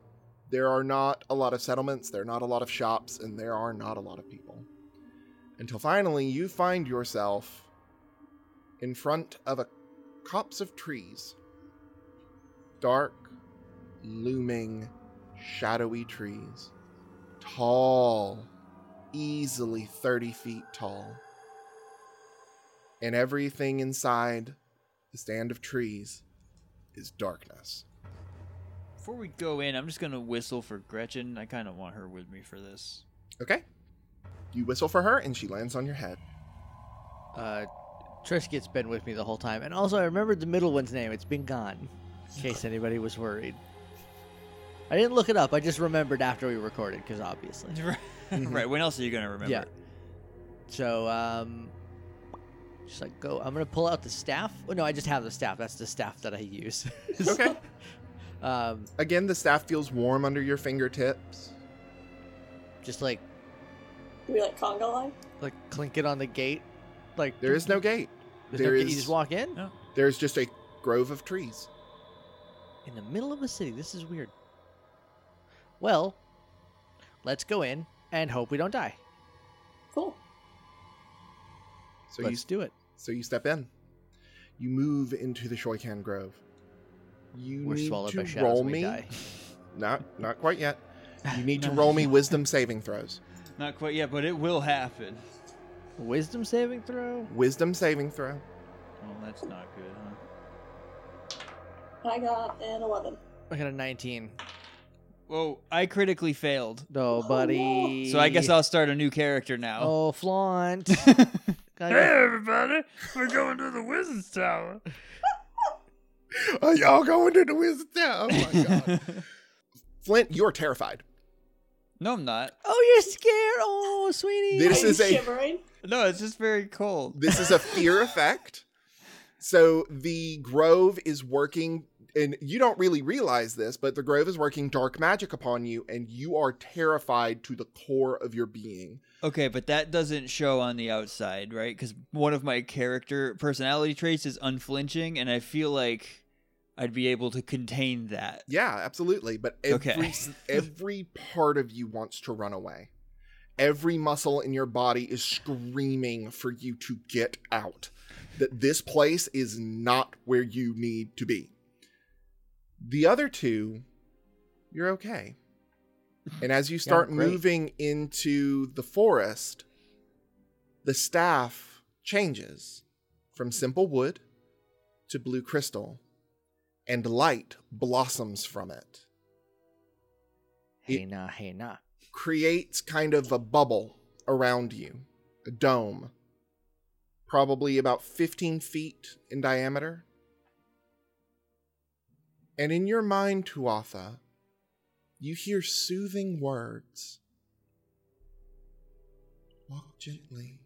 there are not a lot of settlements, there are not a lot of shops, and there are not a lot of people. Until finally, you find yourself in front of a copse of trees. Dark, looming, shadowy trees. Tall, easily 30 feet tall. And everything inside the stand of trees is darkness.
Before we go in, I'm just gonna whistle for Gretchen. I kind of want her with me for this.
Okay. You whistle for her, and she lands on your head.
Uh, Triscuit's been with me the whole time, and also I remembered the middle one's name. It's been gone,
*laughs*
in case anybody was worried. I didn't look it up. I just remembered after we recorded, because obviously.
*laughs* right. *laughs* right. When else are you gonna remember?
Yeah. So, um, just like go. I'm gonna pull out the staff. Oh no, I just have the staff. That's the staff that I use. *laughs*
Okay.
um,
Again, the staff feels warm under your fingertips.
just like
Do we like conga line?
like clink it on the gate. Like
There is no gate.
there's no
there
gate, You
is-
just walk in
No.
There is just a grove of trees.
in the middle of a city. This is weird. Well, let's go in and hope we don't die.
Cool.
So you
let's do it.
so you step in. You move into the Shoykan Grove. You
We're
need
swallowed
to
by shadows.
roll
and we
me.
die.
Not not quite yet. You need
*laughs*
to roll me wisdom saving throws.
Not quite yet, but it will happen.
Wisdom saving throw.
Wisdom saving throw.
Well, that's not good, huh?
I got an 11.
I got a 19.
Whoa! I critically failed,
No, buddy.
so I guess I'll start a new character *laughs* now.
*laughs*
Oh, flaunt.
everybody! We're going to the Wizard's Tower.
Are y'all going to the wisdom? Oh my god. Flint, you're terrified.
*laughs* no, I'm not.
Oh, you're scared. Oh, sweetie.
This
Are you
is a-
shivering?
No, it's just very cold.
This is a fear effect. So the grove is working, and you don't really realize this, but the grove is working dark magic upon you, and you are terrified to the core of your being.
Okay, but that doesn't show on the outside, right? Because one of my character personality traits is unflinching, and I feel like I'd be able to contain that.
Yeah, absolutely. But every *laughs*
Okay.
every part of you wants to run away. Every muscle in your body is screaming for you to get out. That this place is not where you need to be. The other two, you're okay. And as you start
great.
moving into the forest, the staff changes from simple wood to blue crystal, and light blossoms from it
Hey, nah, hey, nah.
creates kind of a bubble around you, a dome, probably about 15 feet in diameter. And in your mind, Tuatha, you hear soothing words Walk gently,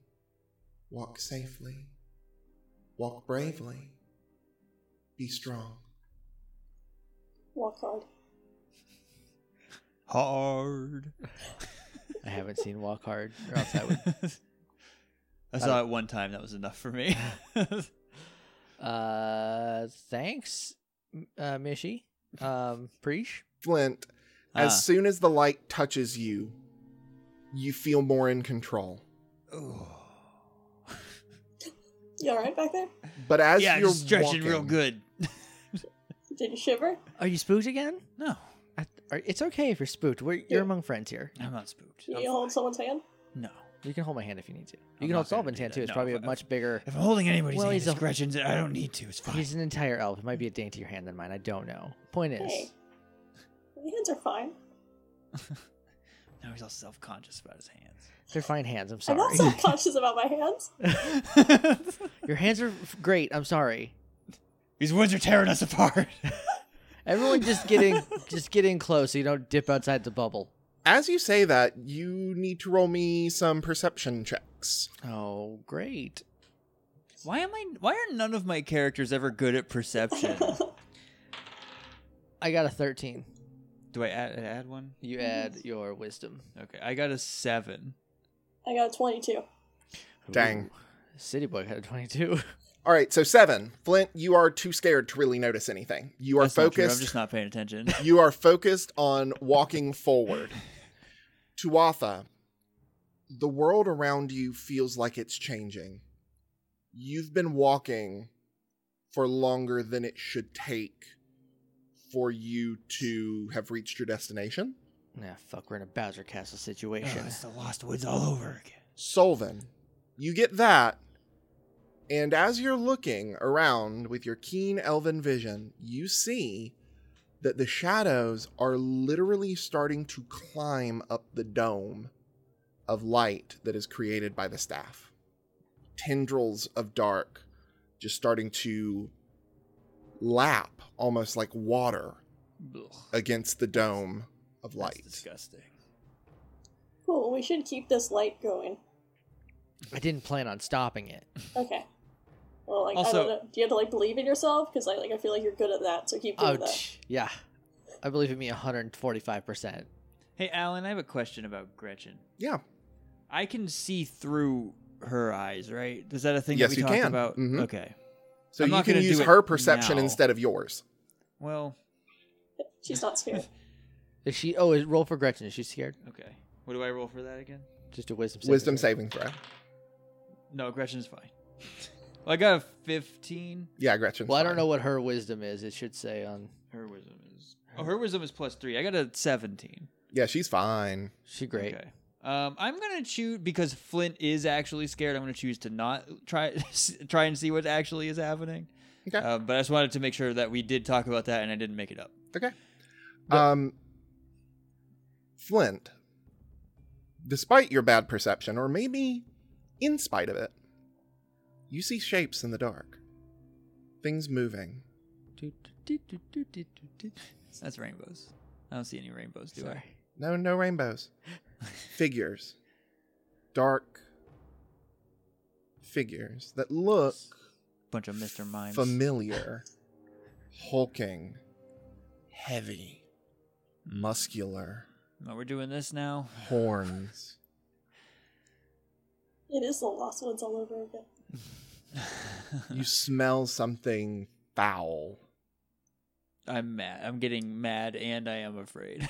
walk safely, walk bravely, be strong.
Walk hard.
hard.
I haven't seen Walk Hard, or else
*laughs*
I would.
*laughs* I saw it one time. That was enough for me. *laughs*
Uh, thanks, m-
*laughs*
uh, Mishy. Um, Preach.
Flint,
Ah.
*sighs*
as soon as the light touches you, you feel more in control.
You alright back there?
But as
yeah,
you're
just stretching real
walking-
good.
Did you shiver?
Are you spooked again?
No,
I, are, it's okay if you're spooked. We're,
Yeah.
you're among friends here.
I'm not spooked.
Can
I'm
you hold someone's hand?
fine. No.
You can hold my hand if you need to. You
I'm
can hold
not gonna
Sullivan's
do
hand
that.
too. It's
No,
probably a
if-
much bigger.
If I'm holding anybody's
Well,
hand,
he's
it's
a-
Gretchen's. I don't need to. It's fine.
He's an entire elf. It might be a daintier hand than mine. I don't know. Point is,
Hey. The hands are fine.
Now he's all self-conscious about his hands.
they're fine hands. I'm
I'm not
sorry.
self *laughs* conscious about my hands.
*laughs* Your hands are f- great. I'm sorry.
These woods are tearing us apart. *laughs*
Everyone, just getting just getting close so you don't dip outside the bubble.
As you say that, you need to roll me some perception checks.
Oh, great.
Why am I? Why are none of my characters ever good
*laughs*
at perception?
I got a 13.
Do I add, add one?
You add your wisdom.
Okay, I got a seven.
I got a 22.
Dang.
Ooh. City Boy had a 22.
All right, so seven. Flint, you are too scared to really notice anything. You are
That's not true, I'm
focused.
just not
*laughs*
paying attention.
you are focused on walking forward. Tuatha, the world around you feels like it's changing. You've been walking for longer than it should take for you to have reached your destination.
*laughs* nah, fuck, we're in a Bowser Castle
Ugh,
situation.
it's the Lost Woods all over again.
Solvin, you get that. And as you're looking around with your keen elven vision, you see that the shadows are literally starting to climb up the dome of light that is created by the staff. Tendrils of dark just starting to lap almost like water
Ugh,
against the dome of
that's
light.
disgusting.
Cool, we should keep this light going.
I didn't plan on stopping it.
Okay. Well, like, I
Also-
don't know. Do you have to, like, believe in yourself? Because, like, I feel like you're good at that, so keep doing that.
Ouch. Yeah. I believe in me 145%.
Hey, Alan, I have a question about Gretchen.
Yeah.
I can see through her eyes, right? Is that a thing
Yes,
that we
you
talked
can.
about?
Mhm.
Okay.
So
I'm
you
not
can
gonna do
use
it
her perception
now.
instead of yours.
Well,
*laughs* She's not
*laughs*
scared.
Is she Oh, is roll for Gretchen. Is she scared?
okay. What do I roll for that again?
Just a wisdom saving
Wisdom
throw.
saving throw.
No, Gretchen's fine. *laughs* well, I got a 15.
Yeah, Gretchen.
Well, I don't know what her wisdom is. It should say on
Her wisdom is. Oh, her wisdom is plus three. I got a 17.
Yeah, she's fine.
she great.
Okay. Um, I'm gonna choose because Flint is actually scared. I'm gonna choose to not try *laughs* try and see what actually is happening.
Okay.
Um, but I just wanted to make sure that we did talk about that and I didn't make it up.
Okay. Um, Flint, despite your bad perception, or maybe in spite of it, you see shapes in the dark, things moving.
Do, do, do, do, do, do, do.
That's rainbows. I don't see any rainbows, do
Sorry.
No, no
*laughs*
rainbows. figures, dark figures that
I?
look
Bunch of Mr. Mimes.
familiar, hulking, heavy, muscular,
Oh, we're doing
*laughs*
this now. *laughs*
horns.
It is the Lost Woods all over again.
you smell something foul.
I'm mad. I'm getting mad and I am afraid.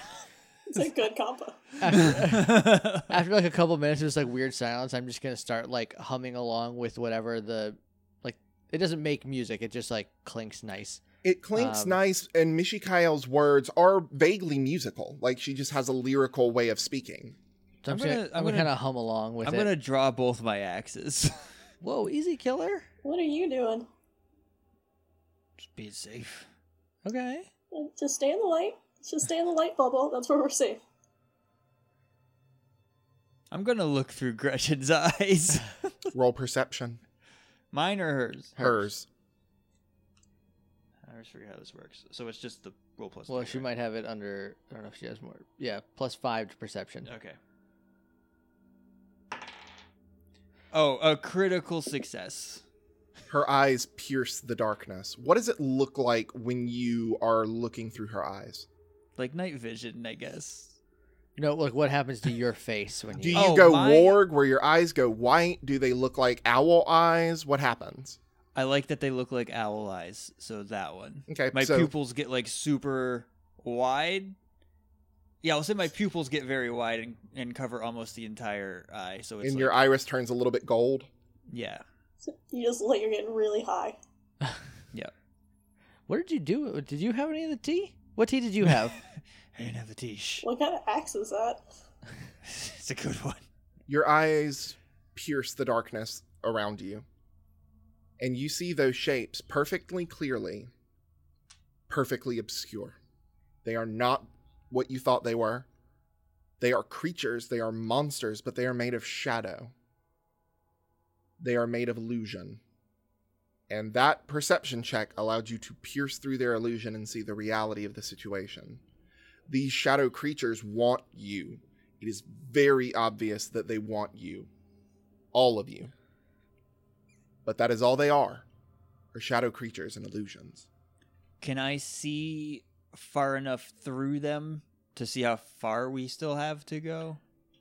It's a good combo.
*laughs*
After like a couple minutes of just like weird silence, I'm just gonna start like humming along with whatever the like it doesn't make music, it just like clinks nice.
It clinks
Um,
nice, and Mishikael's words are vaguely musical. Like she just has a lyrical way of speaking.
So I'm,
I'm
just gonna,
gonna- I'm
I'm gonna
gonna-
kinda hum along with
I'm
it.
gonna draw both my axes. *laughs*
Whoa, easy killer.
What are you doing?
Just be safe.
Okay.
Uh, Just stay in the light. Just stay in the light bubble. That's where we're safe.
I'm gonna look through *laughs* Gretchen's eyes.
Roll perception.
Mine or hers?
Hers.
I always forget how this works. So it's just the roll plus.
Well
two,
she
right?
might have it under I don't know if she has more yeah, plus five to perception.
Okay. Oh, a critical success.
Her eyes pierce the darkness. What does it look like when you are looking through her eyes?
Like night vision, I guess.
No, look what happens to your face when
*laughs* Do
you.
you
Oh,
go
my-
warg where your eyes go white? Do they look like owl eyes? What happens?
I like that they look like owl eyes, so that one.
Okay,
My
so
pupils get like super wide. Yeah, I'll say my pupils get very wide and, and cover almost the entire eye. So it's
and
like,
your iris turns a little bit gold.
yeah.
You just look like you're getting really high.
What did you do? Did you have any of the tea? What tea did you
*laughs*
have?
I didn't have a tish.
What kind of axe is that?
*laughs* It's a good one.
Your eyes pierce the darkness around you. And you see those shapes perfectly clearly, perfectly obscure. They are not what you thought they were. They are creatures, they are monsters, but they are made of shadow. They are made of illusion. And that perception check allowed you to pierce through their illusion and see the reality of the situation. These shadow creatures want you. It is very obvious that they want you. All of you. But that is all they are. Are shadow creatures and illusions.
Can I see far enough through them to see how far we still have to go?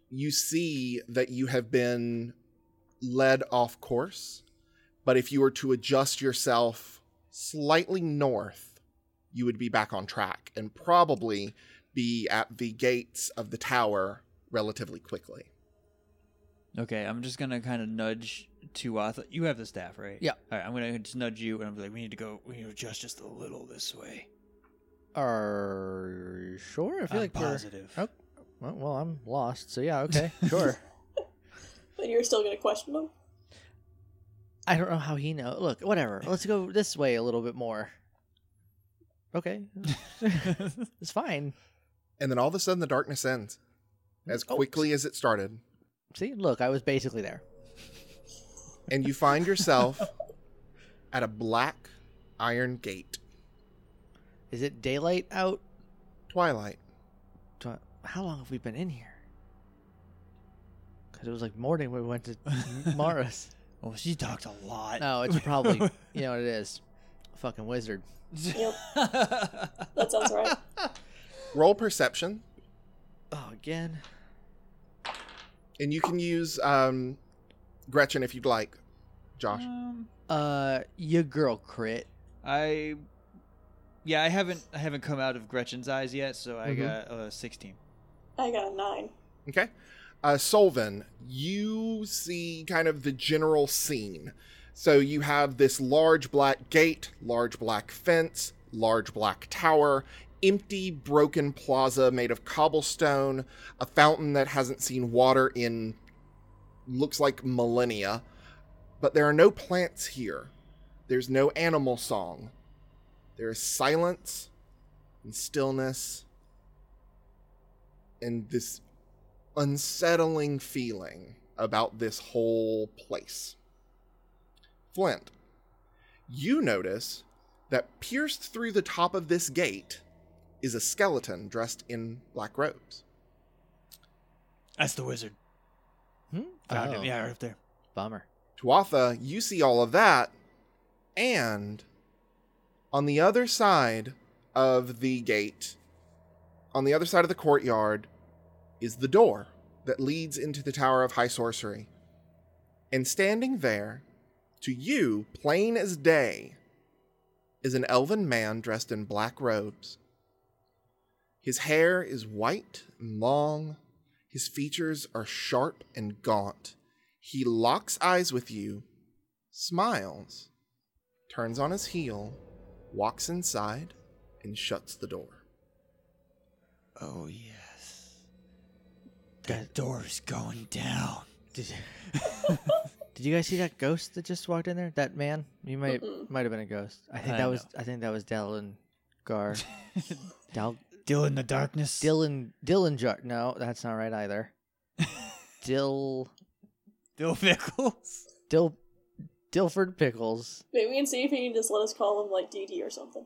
You see that you have been led off course, but if you were to adjust yourself slightly north, you would be back on track and probably be at the gates of the tower relatively quickly.
Okay, I'm just gonna kind of nudge Tuatha. You have the staff, right?
Yeah.
All right, I'm gonna just nudge you, and I'm like, we need to go. We need to adjust just a little this way.
Are sure? I feel
I'm
like we're-
positive.
Oh, well, well, I'm lost. So yeah, *laughs* okay, sure.
But you're still gonna question them?
I don't know how he know. Look, whatever. Let's go this way a little bit more. Okay,
*laughs*
it's fine.
And then all of a sudden, the darkness ends as
Oh.
quickly as it started.
See, look, I was basically there.
and you find
*laughs*
yourself at a black iron gate.
Is it daylight out?
Twilight.
Tw- How long have we been in here? Because it was like morning when we *laughs* went to Mara's.
well, Oh, she talked a lot.
No, it's
*laughs*
probably *laughs* you know what it is. Fucking wizard.
Yep. That sounds right.
Roll perception,
Oh, again.
and you can use um, Gretchen if you'd like. Josh,
*laughs* Um,
Uh, your girl crit.
I, yeah, I haven't, I haven't come out of Gretchen's eyes yet, so I
Mhm.
got uh, 16.
I got a nine.
okay. Uh, Solvin, you see kind of the general scene. So you have this large black gate, large black fence, large black tower, empty broken plaza made of cobblestone, a fountain that hasn't seen water in looks like millennia, but there are no plants here. There's no animal song. There is silence and stillness and this unsettling feeling about this whole place. Flint, you notice that pierced through the top of this gate is a skeleton dressed in black robes.
That's the wizard.
Hmm?
Found
Oh,
him. Yeah, right up there.
Bummer.
Tuatha, you see all of that, and on the other side of the gate, on the other side of the courtyard, is the door that leads into the Tower of High Sorcery. And standing there, to you, plain as day, is an elven man dressed in black robes. His hair is white and long, his features are sharp and gaunt. He locks eyes with you, smiles, turns on his heel, walks inside, and shuts the door.
Oh yes.
That-
That door's going down.
Did you, did you guys see that ghost that just walked in there? That man? You might
Mm-mm.
might have been a ghost. I think
I
that
don't
was I think that was Dylan *laughs* Gar. Dal
Still in the darkness.
Dylan Dylan Jar. No, that's not right *laughs* either. Dill
Dill *laughs* Pickles.
Dill Dilford Pickles.
Maybe we can see if he can just let us call him like DD or something.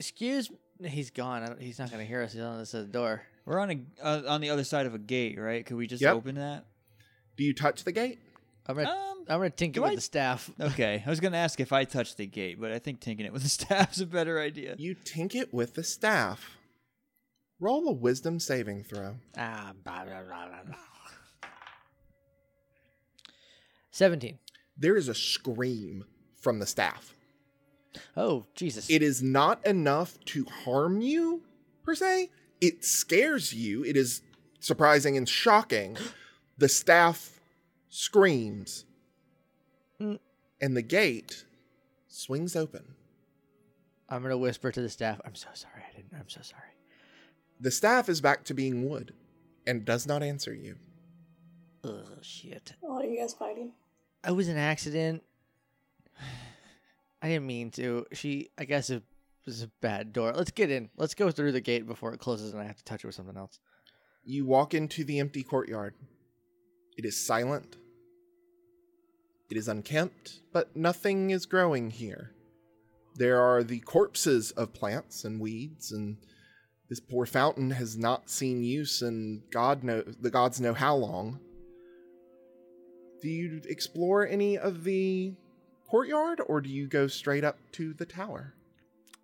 Excuse He's gone. I don't, he's not going to hear us. He's on this other door.
We're on a uh, on the other side of a gate, right? Could we just
Yep.
open that?
Do you touch the gate?
I'm going to
Um.
I'm going to tinker
do
with
I-
the staff.
Okay, I was gonna ask if I touched the *laughs* gate, but I think tinking it with a staff's a better idea.
You tink it with the staff. Roll a wisdom saving throw.
*laughs* Ah, blah, blah, blah, blah, blah. 17.
There is a scream from the staff.
Oh, Jesus.
It is not enough to harm you, per se. It scares you. It is surprising and shocking. The staff screams.
Mm.
And the gate swings open.
I'm going to whisper to the staff, I'm so sorry. I didn't. I'm so sorry.
The staff is back to being wood and does not answer you.
Oh, shit.
Oh, are you guys fighting?
It was an accident. I didn't mean to. She, I guess it was a bad door. Let's get in. Let's go through the gate before it closes and I have to touch it with something else.
You walk into the empty courtyard. It is silent. It is unkempt, but nothing is growing here. There are the corpses of plants and weeds, and this poor fountain has not seen use in God knows the gods know how long. Do you explore any of the courtyard, or do you go straight up to the tower?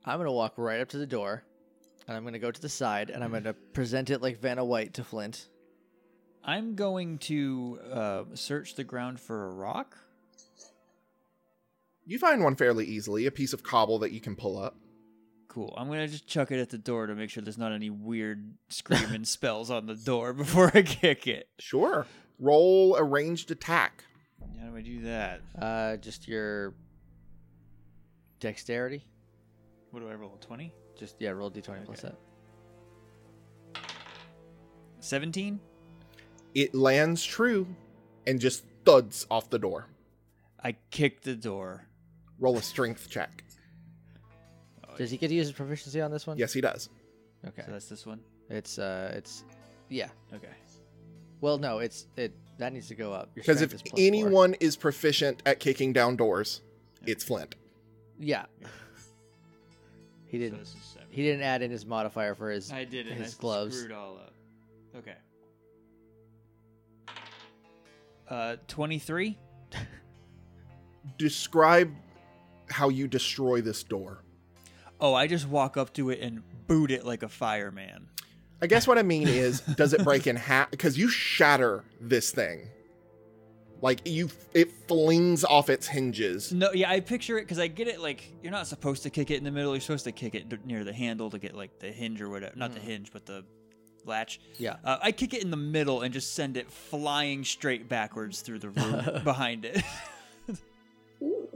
I'm going to walk right up to the door and I'm going to go to the side and I'm going to present it like Vanna White to Flint.
I'm going to uh, search the ground for a rock.
You find one fairly easily, a piece of cobble that you can pull up.
Cool. I'm gonna just chuck it at the door to make sure there's not any weird *laughs* screaming spells on the door before I kick it.
Sure. Roll a ranged attack.
How do I do that?
Uh, just your dexterity.
What do I roll? Twenty?
Just, yeah, roll d20 plus
Okay.
that.
Seventeen?
It lands true and just thuds off the door.
I kick the door.
Roll a strength check.
Does he get to use his proficiency on this one?
Yes, he does.
Okay.
Oh, So that's this one.
It's, uh, it's, yeah.
Okay.
Well, no, it's, it, that needs to go up. Your
Because
strength
if
is plus four.
anyone is proficient at kicking down doors, it's Flint.
*laughs*
Yeah. He
So
didn't.
this is seven.
He didn't add in his modifier for his.
I did it.
his
I
gloves.
Screwed all up. Okay. Uh, twenty-three.
Describe how you destroy this door.
Oh, I just walk up to it and boot it like a fireman.
I guess what I mean is, does it break in half? Because you shatter this thing. Like you, it flings off its hinges.
No, yeah, I picture it because I get it. Like you're not supposed to kick it in the middle. You're supposed to kick it d- near the handle to get like the hinge or whatever. Not the
Mhm.
hinge, but the latch.
Yeah.
Uh, I kick it in the middle and just send it flying straight backwards through the *laughs* room behind it.
Ooh.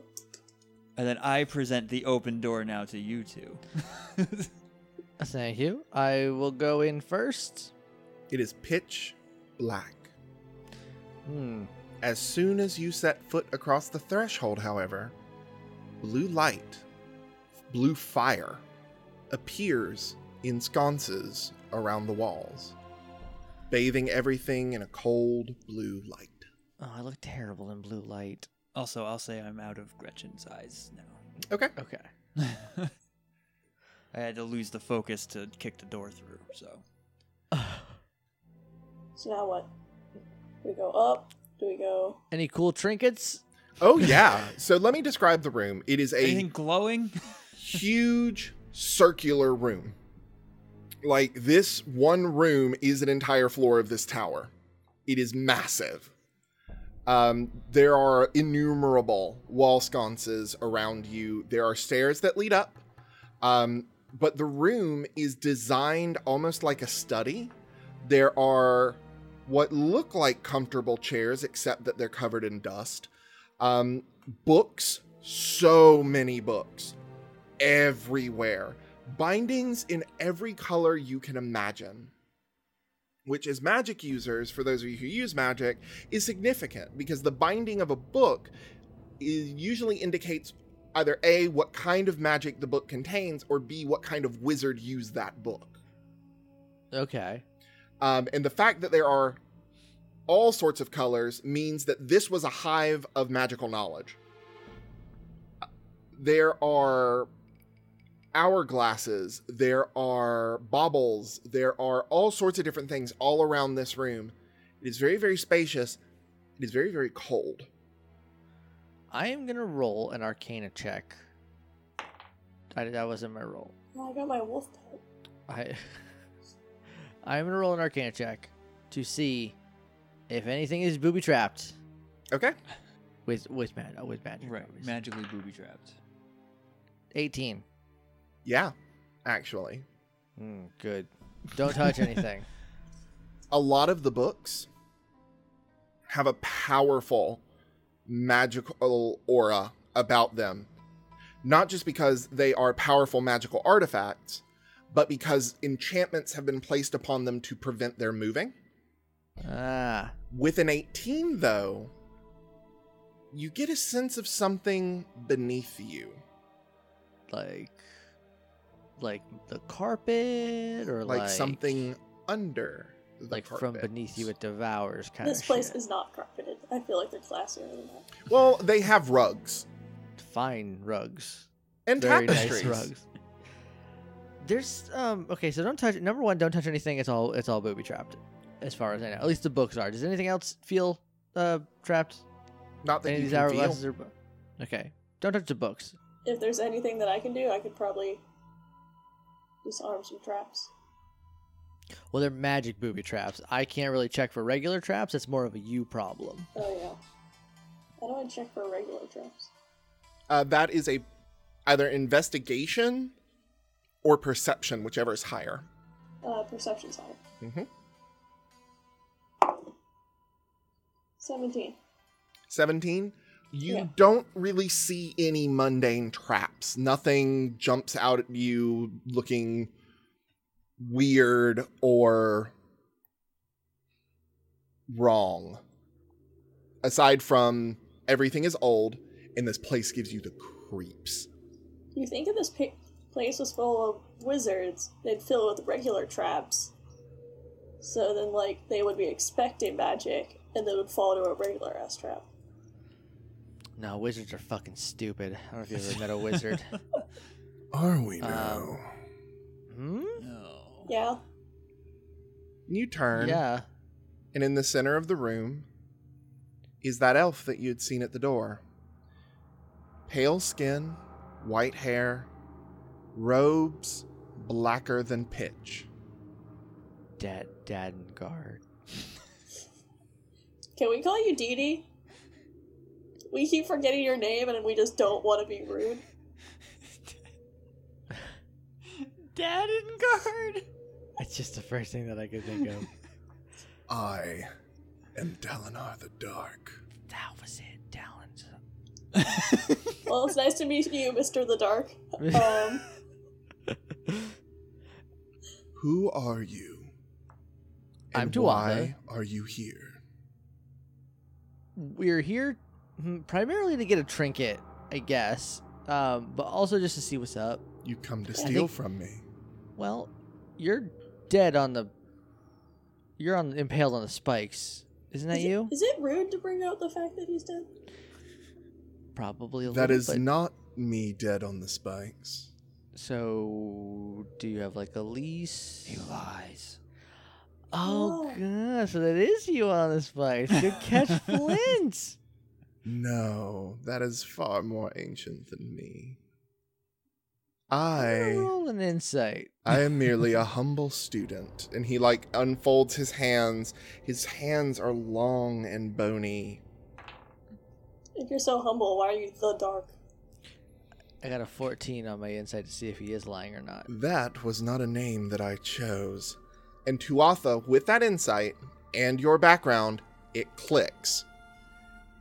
And then I present the open door now to you two.
Thank you. I will go in first.
It is pitch black.
Hmm.
As soon as you set foot across the threshold, however, blue light, blue fire, appears in sconces around the walls, bathing everything in a cold blue light.
Oh, I look terrible in blue light.
Also, I'll say I'm out of Gretchen's eyes now. *laughs*
Okay.
Okay.
I had to lose the focus to kick the door through, so.
So now what? Do we go up? Do we go?
Any cool trinkets?
Oh, yeah. so let me describe the room. It is a
Anything glowing?
huge circular room. Like, this one room is an entire floor of this tower. It is massive. Um, there are innumerable wall sconces around you, there are stairs that lead up. Um, but the room is designed almost like a study. There are what look like comfortable chairs, except that they're covered in dust. Um, books, so many books everywhere. Bindings in every color you can imagine. Which, as magic users, for those of you who use magic, is significant because the binding of a book is, usually indicates either A, what kind of magic the book contains, or B, what kind of wizard used that book.
Okay.
Um, and the fact that there are all sorts of colors means that this was a hive of magical knowledge. There are hourglasses, there are baubles, there are all sorts of different things all around this room. It is very, very spacious. It is very, very cold.
I am gonna roll an Arcana check. I, that wasn't my roll.
Oh, I got my wolf pet.
I. *laughs* I'm gonna roll an Arcana check to see if anything is booby trapped
Okay.
with with mag- oh, with magic.
Right.
obviously.
Magically booby trapped.
Eighteen.
Yeah, actually.
Mm, good.
*laughs*
Don't touch anything.
a lot of the books have a powerful magical aura about them. Not just because they are powerful magical artifacts, but because enchantments have been placed upon them to prevent their moving.
ah,
With an 18, though, you get a sense of something beneath you.
like like the carpet or
Like,
like,
something under. The
like from
carpet.
beneath you it devours kind
This
of
place
shit.
is not carpeted. I feel like they're classier than that.
Well, they have rugs
fine rugs.
and
Very
tapestries.
nice rugs. There's um okay, so don't touch number one, don't touch anything, it's all it's all booby trapped. As far as I know. At least the books are. Does anything else feel uh trapped?
Not that
Any of
you
these
can feel.
hourglasses are bu- Okay. Don't touch the books.
If there's anything that I can do, I could probably disarm some traps.
Well they're magic booby traps. I can't really check for regular traps, that's more of a you problem.
Oh yeah. How do I check for regular traps?
Uh, that is a either investigation or perception, whichever is higher.
Uh, perception's higher.
Mhm.
Seventeen.
Seventeen. You
Yeah.
don't really see any mundane traps. Nothing jumps out at you looking weird or wrong. Aside from everything is old, and this place gives you the creeps.
You think if this pa- place was full of wizards, they'd fill it with regular traps. So then, like, they would be expecting magic, and they would fall into a regular ass trap.
No, wizards are fucking stupid. I don't know if you've ever met a *laughs* wizard.
Are we
Um,
now?
Hmm?
No.
Yeah,
You turn.
Yeah.
and in the center of the room is that elf that you'd seen at the door. Pale skin, white hair, robes blacker than pitch.
Dad Dadengard.
Can we call you Dee Dee? We keep forgetting your name and we just don't want to be rude.
Dad in guard.
It's just the first thing that I could think of.
I am Dalinar the Dark.
*laughs* that was it, Talons.
Well, it's nice to meet you, Mr. the Dark. Um,
Who are you?
*laughs* I'm
And
Tuatha.
Why are you here?
We're here mm, primarily to get a trinket, I guess, um, but also just to see what's up.
You come to
I
steal
think-
from me.
Well, you're dead on the. You're on impaled on the spikes, isn't that
is
you?
It, is it rude to bring out the fact that he's dead?
Probably a
That
little.
is
bit.
not me dead on the spikes.
So, do you have like a lease?
He lies.
Oh,
Oh.
god! So that is you on the spikes. Good
*laughs*
catch, Flint.
No, that is far more ancient than me.
Wanna
I
Roll an insight.
I
*laughs*
am merely a
Humble student, and he like unfolds his hands. His hands are long and bony.
If you're so humble, why are you the Dark?
I got a 14 on my insight to see if he is lying or not.
That was not a name that I chose.
And Tuatha, with that insight and your background, it clicks.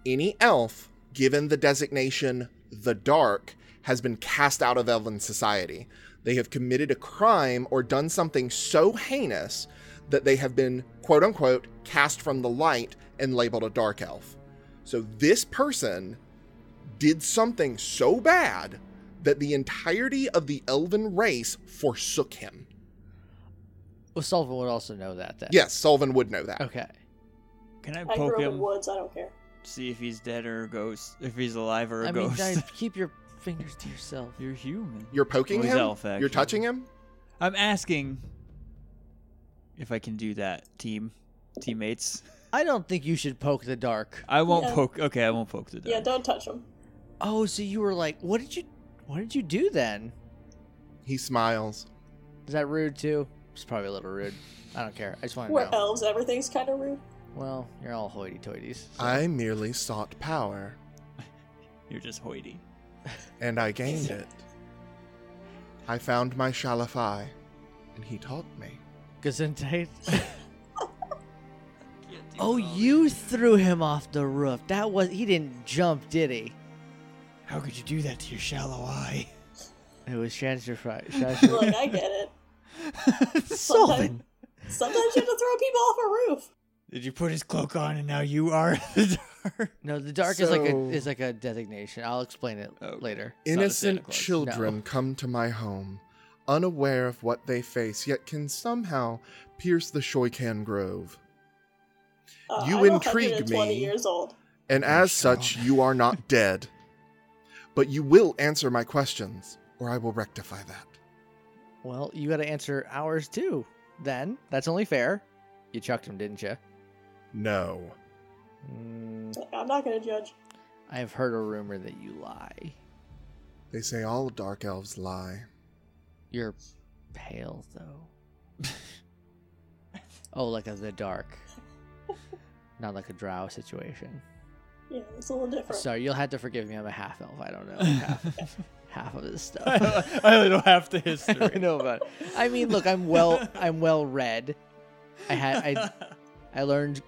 Any elf given the designation the Dark has been cast out of Elven society. They have committed a crime or done something so heinous that they have been, quote unquote, cast from the light and labeled a Dark Elf. So this person did something so bad that the entirety of the Elven race forsook him.
Well, Sullivan would also know that then.
Yes, Sullivan would know that.
Okay.
*laughs* Can I
I grew
poke
up in
him?
woods, I don't care.
See if he's dead or a ghost. If he's alive or a
I *laughs* mean,
ghost. *laughs*
guys, keep your fingers to yourself.
You're human.
You're poking
Well, he's
him.
elf,
You're
actually.
touching him.
I'm asking if I can do that, team, teammates.
I don't think you should poke the dark.
I won't
Yeah.
poke. Okay, I won't poke the dog.
Yeah, don't touch him.
Oh, so you were like, what did you, what did you do then?
He smiles.
Is that rude too? It's probably a little rude. I don't care. I just want to
We're
know.
elves, everything's kind of rude.
Well, you're all hoity-toities. so-
I merely sought power,
You're just hoity.
and I gained it. I found my Shalafai, and he taught me.
Gesundheit. oh, you threw him off the roof. That was he didn't jump, did he?
How could you do that to your shallow eye? *laughs*
It was transfer fry.
*laughs* Look, I get it.
Sullivan.
Sometimes you have to throw people off a roof.
Did you put his cloak on and now you are *laughs* the dark?
No, the dark is like
So-
a is like a designation. I'll explain it
Okay.
later.
not a Santa
Innocent
Claus.
children
No.
come to my home, unaware of what they face, yet can somehow pierce the Shoykan Grove.
Uh,
You
I'm
intrigue
120
me.
years old.
And as such, you are not dead. But you will answer my questions, or I will rectify that.
Well, you got to answer ours too. Then that's only fair. You chucked him, didn't you?
No.
Mm,
I'm not gonna judge.
I have heard a rumor that you lie.
They say all dark elves lie.
You're pale though. oh, like a, the dark, not like a drow situation.
Yeah, it's a little different.
Sorry, you'll have to forgive me. I'm a half elf. I don't know
*laughs*
half, half of this stuff.
I only know half the
I *laughs*
*laughs* history.
don't know about. It. I mean, look, I'm well. I'm well read. I had. I I learned.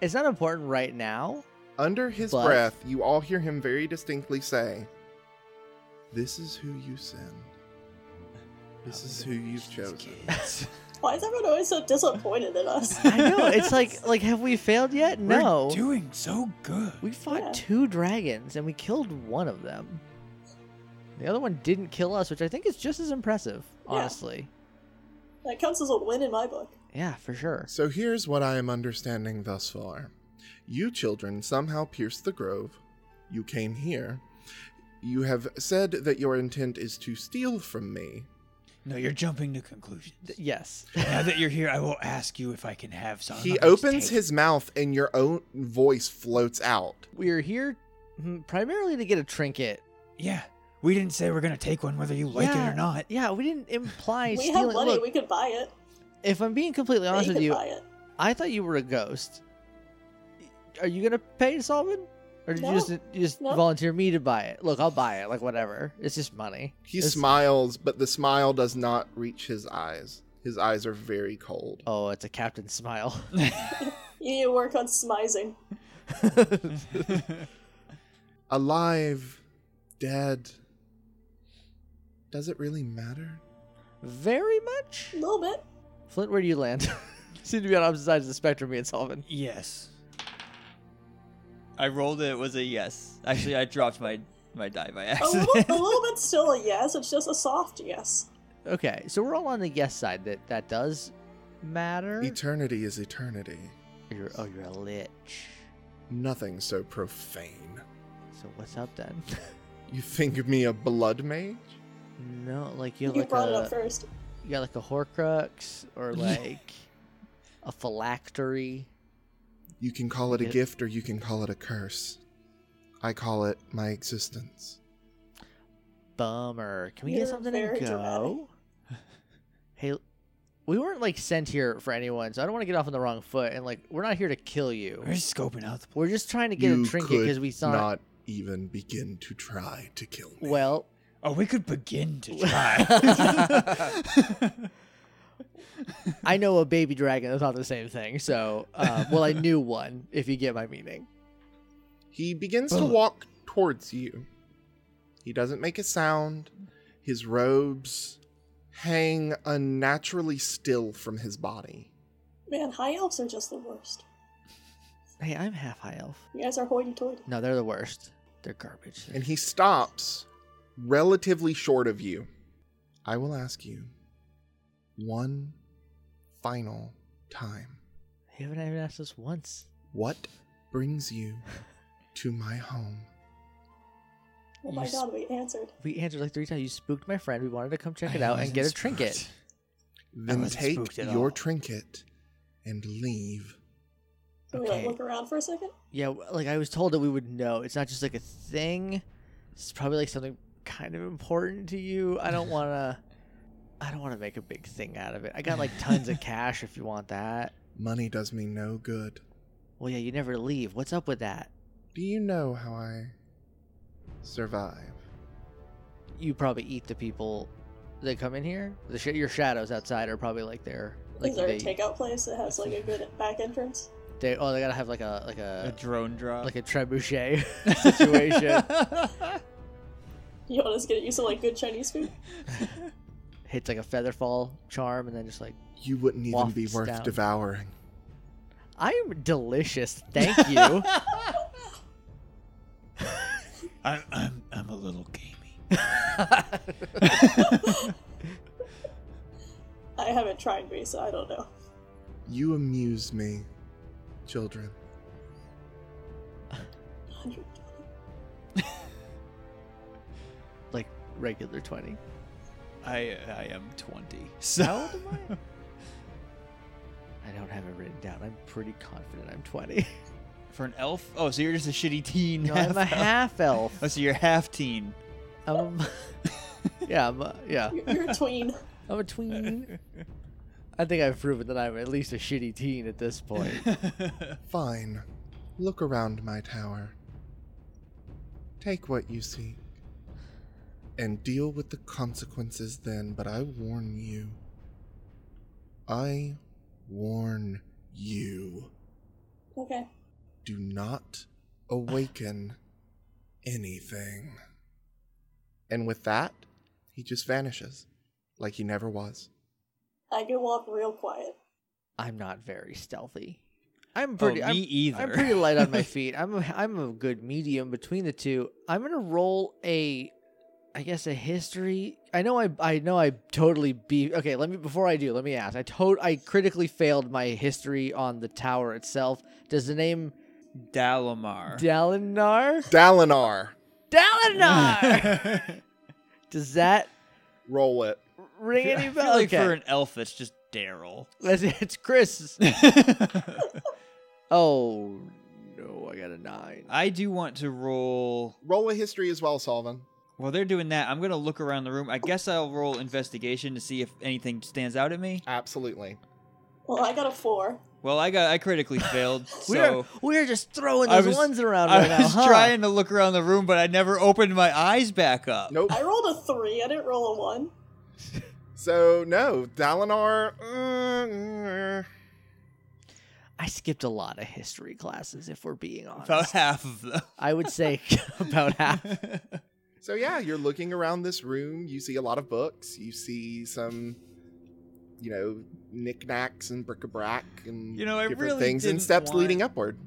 It's not important right now.
Under his
But-
breath, you all hear him very distinctly say, This is who you send. This is who you've chosen.
Why is everyone always so disappointed in us?
I know. It's like like have we failed yet? No.
We're doing so good.
we fought
Yeah.
two dragons and we killed one of them. The other one didn't kill us, which I think is just as impressive,
Yeah.
honestly.
That counts as a win in my book.
Yeah, for sure.
So here's what I am understanding thus far. You children somehow pierced the grove. You came here. You have said that your intent is to steal from me.
no, you're jumping to conclusions.
*laughs* Th- yes.
now that you're here, I will ask you if I can have some.
He opens his mouth and your own voice floats out.
We are here mm, primarily to get a trinket.
Yeah, we didn't say we're gonna take one, whether you like it
Yeah, *laughs*
or not.
Yeah, we didn't
*laughs*
imply
we
stealing.
have money.
Look,
we could buy it.
if I'm being completely
They
honest with
could
you,
buy it.
I thought you were a ghost. Are you gonna pay Solomon, or did
No.
you just you just
No.
volunteer me to buy it? Look, I'll buy it. Like whatever. It's just money.
He
It's-
smiles, but the smile does not reach his eyes. His eyes are very cold.
Oh, it's a captain smile. *laughs*
You need to work on smizing.
Alive, dead. Does it really matter?
Very much.
A little
*laughs*
bit.
Flint, where do you land? *laughs* Seem to be on opposite sides of the spectrum, me and Solomon.
yes. I rolled it. it Was a yes. Actually, I dropped my my die by
A little, a *laughs*
accident.
little bit's still a yes. It's just a soft yes.
Okay, so we're all on the yes side. That that does matter.
Eternity is eternity.
You're, oh, you're a lich.
Nothing so profane.
So what's up then? *laughs*
You think me a blood mage?
no, like you
You
have like
brought it up
a
first.
you got like a Horcrux *laughs* or like a phylactery.
You can call it a
It-
gift or you can call it a curse. I call it my existence.
Bummer. Can we
You're
get something to
very
go?
dramatic.
*laughs* Hey, we weren't like sent here for anyone, so I don't want to get off on the wrong foot. And like, we're not here to kill you.
We're just scoping out the
We're just trying to get
you
a trinket
could
because we saw.
not even begin to try to kill me.
Well,
Oh, we could begin to try.
I know a baby dragon that's not the same thing. So, uh, well, I knew one. If you get my meaning.
He begins to
Bullet.
walk towards you. He doesn't make a sound. His robes hang unnaturally still from his body.
Man, high elves are just the worst.
Hey, I'm half high elf.
You guys are hoity-toity.
No, they're the worst. They're garbage.
And he stops relatively short of you. I will ask you one final time
They haven't even asked us once.
what brings you to my
*laughs*
home?
Oh my
You
god, we answered.
We answered like three times. You spooked my friend. We wanted to come *laughs* check it out and get a trinket.
Then
wasn't
take
spooked at
your
all.
trinket and leave.
Can we like
Okay.
look around for a second?
Yeah, w- like I was told that we would know. It's not just like a *laughs* thing. It's probably like something kind of important to you. I don't want to. I don't want to make a big thing out of it. I got like tons *laughs* of cash if you want that.
Money does me no good.
Well, yeah, you never leave. What's up with that?
Do you know how I survive?
You probably eat the people that come in here. The sh- your shadows outside are probably like their like
Is there
they,
a takeout place that has
*laughs*
like a good back entrance?
they oh they gotta have like a like
a
a
drone
*laughs*
drop.
like a trebuchet *laughs*
*laughs*
situation.
You want us to get you some like good Chinese food?
Hits like a feather fall charm and then just like
You wouldn't even be
Wafts
worth
down.
devouring.
I am delicious, *laughs* thank you.
I'm, I'm, I'm a little
*laughs*
gamey.
I haven't tried me, so I don't know.
You amuse me, children.
like regular twenty.
I, I am 20. So.
How old am I? I don't have it written down. I'm pretty confident I'm twenty.
*laughs*
*laughs*
For an elf? Oh, so you're just a shitty teen.
No, *laughs* I'm a
half-elf.
half elf.
*laughs* Oh, so you're
*laughs*
half teen.
I'm a- yeah, I'm a, yeah,
You're, you're a
*laughs*
tween.
I'm a tween. I think I've proven that I'm at least a shitty teen at this
*laughs*
point. *laughs*
Fine. Look around my tower. Take what you seek. And deal with the consequences then, but I warn you. I warn you.
Okay.
Do not awaken anything. And with that, he just vanishes like he never was.
I can walk real quiet.
I'm not very stealthy. I'm pretty.
Oh, me
I'm,
either.
I'm pretty light
*laughs*
on my feet. I'm a, I'm a good medium between the two. I'm gonna roll a, I guess a history. I know I I know I totally be okay. Let me before I do. Let me ask. I to I critically failed my history on the tower itself. Does the name
*laughs* Dalamar.
Dalinar
Dalinar,
*laughs*
Dalinar does that
roll it.
ring any
I feel
bell?
like
okay.
for an elf, it's just
*laughs*
Daryl.
That's- it's Chris. Oh no, I got a nine.
I do want to roll.
Roll a history as well, Solvin.
While they're doing that, I'm gonna look around the room. I guess I'll roll investigation to see if anything stands out at me.
Absolutely.
Well, I got a four.
Well, I got I critically failed,
*laughs*
so
We are we are just throwing
I
those
was-
ones around
I
right
was
now, huh?
trying to look around the room, but I never opened my eyes back up.
Nope.
I rolled a three. I didn't roll a one.
So no, Dalinar. mm, mm.
I skipped a lot of history classes, if we're being
*laughs*
honest.
About half of them.
I would say *laughs* about half.
So yeah, you're looking around this room. You see a lot of books. You see some, you know, knickknacks and bric-a-brac and
You know, I
different
really
things and
didn't
steps
want-
leading upward.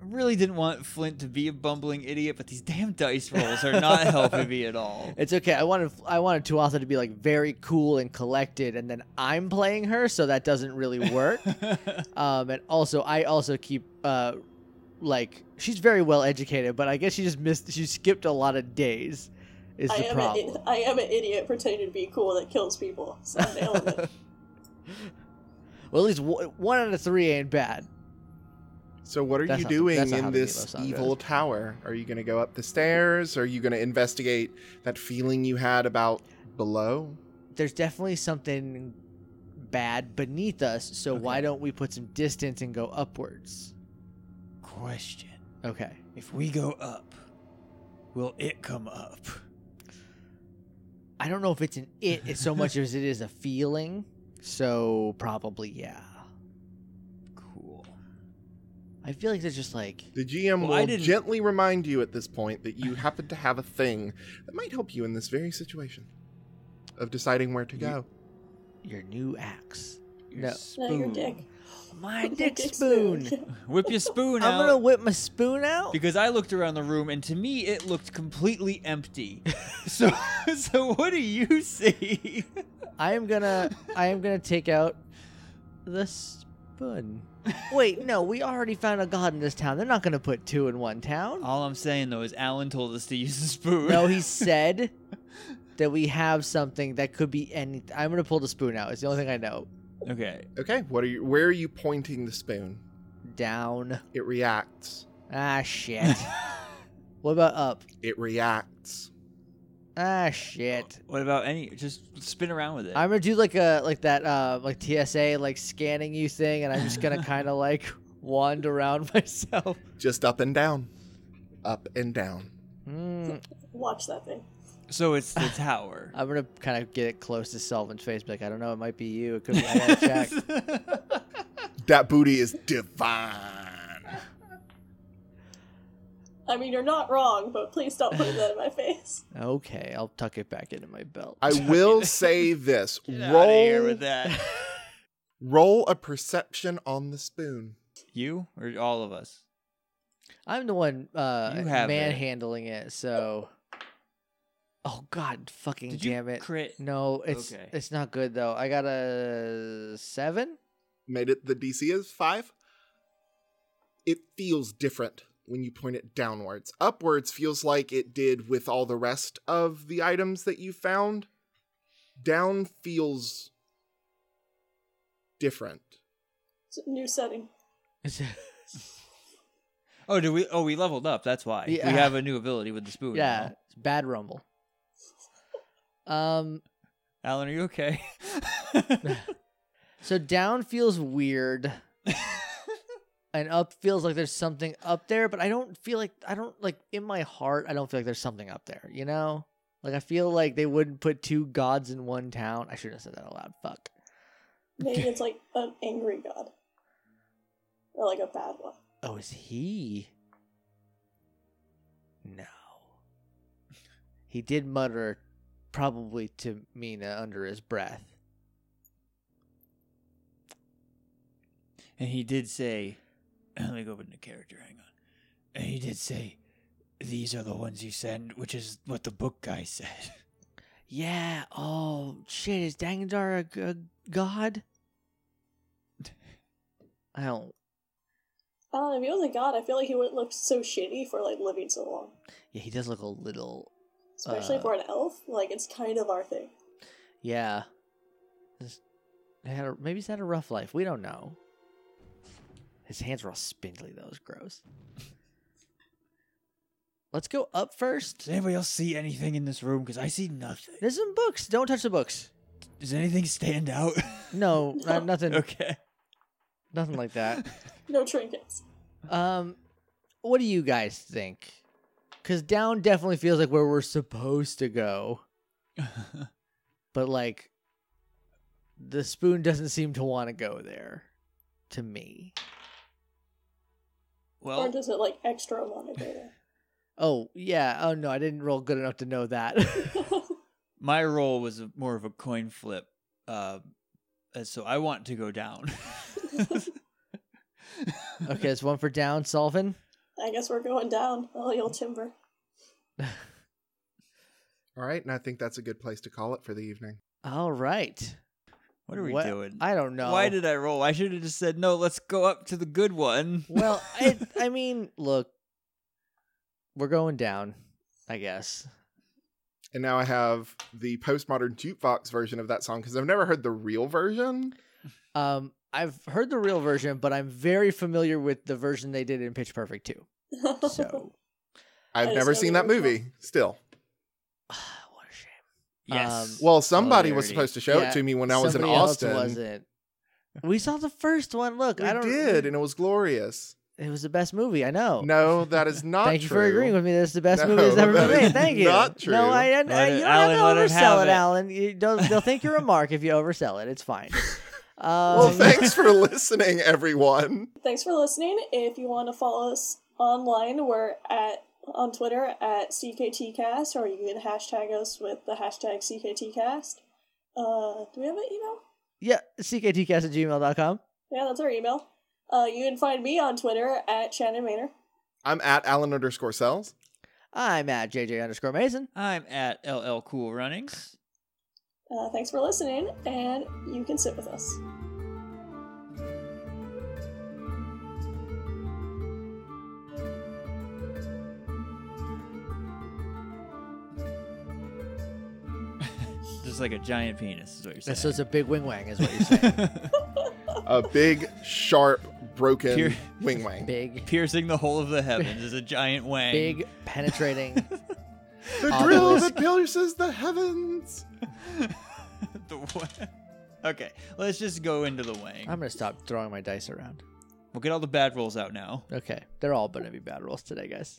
I *laughs* really didn't want Flint to be a bumbling idiot, but these damn dice rolls are
*laughs*
not helping me at all.
It's okay. I wanted I wanted Tuatha to be like very cool and collected, and then I'm playing her, so that doesn't really
*laughs*
work. um, and also, I also keep uh, like she's very well educated, but I guess she just missed. She skipped a lot of days. Is
I
the
am, an,
problem?
i- I am an idiot pretending to be cool that kills people. So I'm nailing
*laughs*
*laughs* it.
Well, at least w- one out of three ain't bad.
So what are
That's
you
not the-
doing
that's not how
in
the
this
meatloaf song
evil tower? Are you going to go up the stairs? Are you going to investigate that feeling you had about below?
there's definitely something bad beneath us, so why don't we put some distance and go upwards?
Question:
Okay.
If we go up, will it come up?
I don't know if it's an it it's so
*laughs*
much as it is a feeling, so probably yeah.
Cool.
I feel like there's just like
The GM
Well, I
will
didn't-
gently remind you at this point that you happen to have a thing that might help you in this very situation of deciding where to
You-
go.
your new axe.
Your
No.
No,
spoon.
your dick.
My
Your
dick spoon.
Whip your
*laughs*
spoon
I'm
out.
gonna whip my spoon out.
Because I looked around the room and to me it looked completely
*laughs*
empty. so *laughs* so what do you see?
I am
*laughs*
gonna I am gonna take out the
*laughs*
spoon. Wait, no, we already found a god in this town. They're not gonna put two in one town.
All I'm saying though is Alan told us to use the spoon.
No, he said that we have something that could be any. I'm gonna pull the spoon out. It's the only thing I know.
Okay.
Okay, what are you where are you pointing the spoon?
Down.
It reacts.
Ah, shit. what about up?
It reacts.
Ah, shit.
What about any? Just spin around with it.
I'm gonna do like a like that uh like TSA like scanning you thing, and I'm just gonna kind of like wand around *laughs* myself.
Just up and down. Up and down.
Mm,
*laughs* Watch that thing.
so
*laughs*
it's the tower.
I'm gonna kind of get close to Selvin face, be like I don't know, it might be you. It could be. I
*laughs*
gotta check.
That booty is divine.
I mean, you're not wrong, but please don't put that in my face.
Okay, I'll tuck it back into my belt.
*laughs*
I will say this.
Get outta here
Roll
with that. *laughs*
roll a perception on the spoon.
You or all of us?
I'm the one uh
You have it.
manhandling it. so Oh god, fucking
Did
damn
you
it.
crit?
no, it's
Okay.
it's not good though. I got a 7.
Made it the DC is five. It feels different when you point it downwards. Upwards feels like it did with all the rest of the items that you found. Down feels different.
It's a new setting.
*laughs*
Oh, do we? Oh, we leveled up. That's why
Yeah.
we have a new ability with the spoon.
yeah,
now.
it's bad rumble. Um
Alan, are you okay? *laughs*
so down feels
*laughs*
weird and up feels like there's something up there, but I don't feel like I don't like in my heart I don't feel like there's something up there, you know? Like I feel like they wouldn't put two gods in one town. I shouldn't have said that out loud. Fuck.
Maybe it's like an angry god. Or like a bad one.
Oh, is he? No. *laughs* He did mutter, probably to Mina under his breath.
and he did say, *clears throat* "Let me go over into character. Hang on." And he did say, "These are the ones you send," which is what the book guy said. *laughs*
Yeah. Oh shit! Is Dangadar a, g- a god? *laughs* I don't.
I don't know, if he was a god, I feel like he wouldn't look so shitty for like living so long.
Yeah, he does look a little.
Especially
Uh.
for an elf. Like it's kind of our thing.
Yeah. Just- they had a- maybe he's had a rough life. We don't know. His hands were all spindly. That was gross. *laughs* Let's go up first.
Does anybody else see anything in this room? Because I see nothing.
There's some books. Don't touch the books.
Does anything stand out? *laughs*
No, not, nothing.
okay.
Nothing like that.
No trinkets.
Um, what do you guys think? Because down definitely feels like where we're supposed to go, but like the spoon doesn't seem to want to go there. To me.
Or
*laughs* well,
does it like extra want to go
*laughs*
there?
Oh yeah. Oh no, I didn't roll good enough to know that. *laughs*
my role was a- more of a coin flip, uh, and so I want to go down. *laughs*
okay, it's one for down, Solvin.
I guess we're going down. Oh, you timber.
All right, and I think that's a good place to call it for the evening.
All right.
What are we doing?
I don't know.
Why did *laughs* I roll? I should have just said no. Let's go up to the good one.
Well, I, I mean, look, we're going down. I guess.
And now I have the postmodern jukebox version of that song because I've never heard the real version.
Um, I've heard the real version, but I'm very familiar with the version they did in Pitch Perfect too. So, *sighs*
I've
I just know
never
the
seen that
original.
movie still.
what a shame.
yes.
Um,
Well, somebody was
Familiarity.
supposed to show
Yeah,
it to me when I was in
Somebody else
Austin.
wasn't. We saw the first one. Look,
We
I don't.
did, and it was glorious.
It was the best movie. I know.
No, that
*laughs*
is not
Thank you
true.
for agreeing with me. That's the best
No,
movie that's ever
that
been
is
made. Thank you.
not true.
No, I, I,
Let
you
it-
don't
Alan,
have
let
to
it have
oversell it,
it.
Alan. You don't, they'll think you're a mark if you oversell it.
*laughs*
It's fine. Um,
well, thanks for listening, everyone.
*laughs* Thanks for listening. If you want to follow us online, we're at on Twitter at CKTcast, or you can hashtag us with the hashtag CKTcast. Uh, do we have an email?
Yeah, cktcast at gmail.com.
Yeah, that's our email. Uh, you can find me on Twitter at Shannon Maynor.
I'm at Alan underscore Cells.
I'm at JJ underscore Mason.
I'm at LL Cool Runnings.
Uh, thanks for listening, and you can sit with us.
Just like a giant penis is what you're saying.
So it's a big wing wang, is what you're *laughs* saying.
A big, sharp, broken
Pure-
*laughs*
wing wang.
big,
Piercing the whole of the heavens is a giant wang.
big, penetrating
The
Obelisk.
drill that pierces the heavens.
*laughs* the what? *laughs* Okay, let's just go into the wang.
I'm gonna stop throwing my dice around.
We'll get all the bad rolls out now.
Okay, they're all gonna be bad rolls today, guys.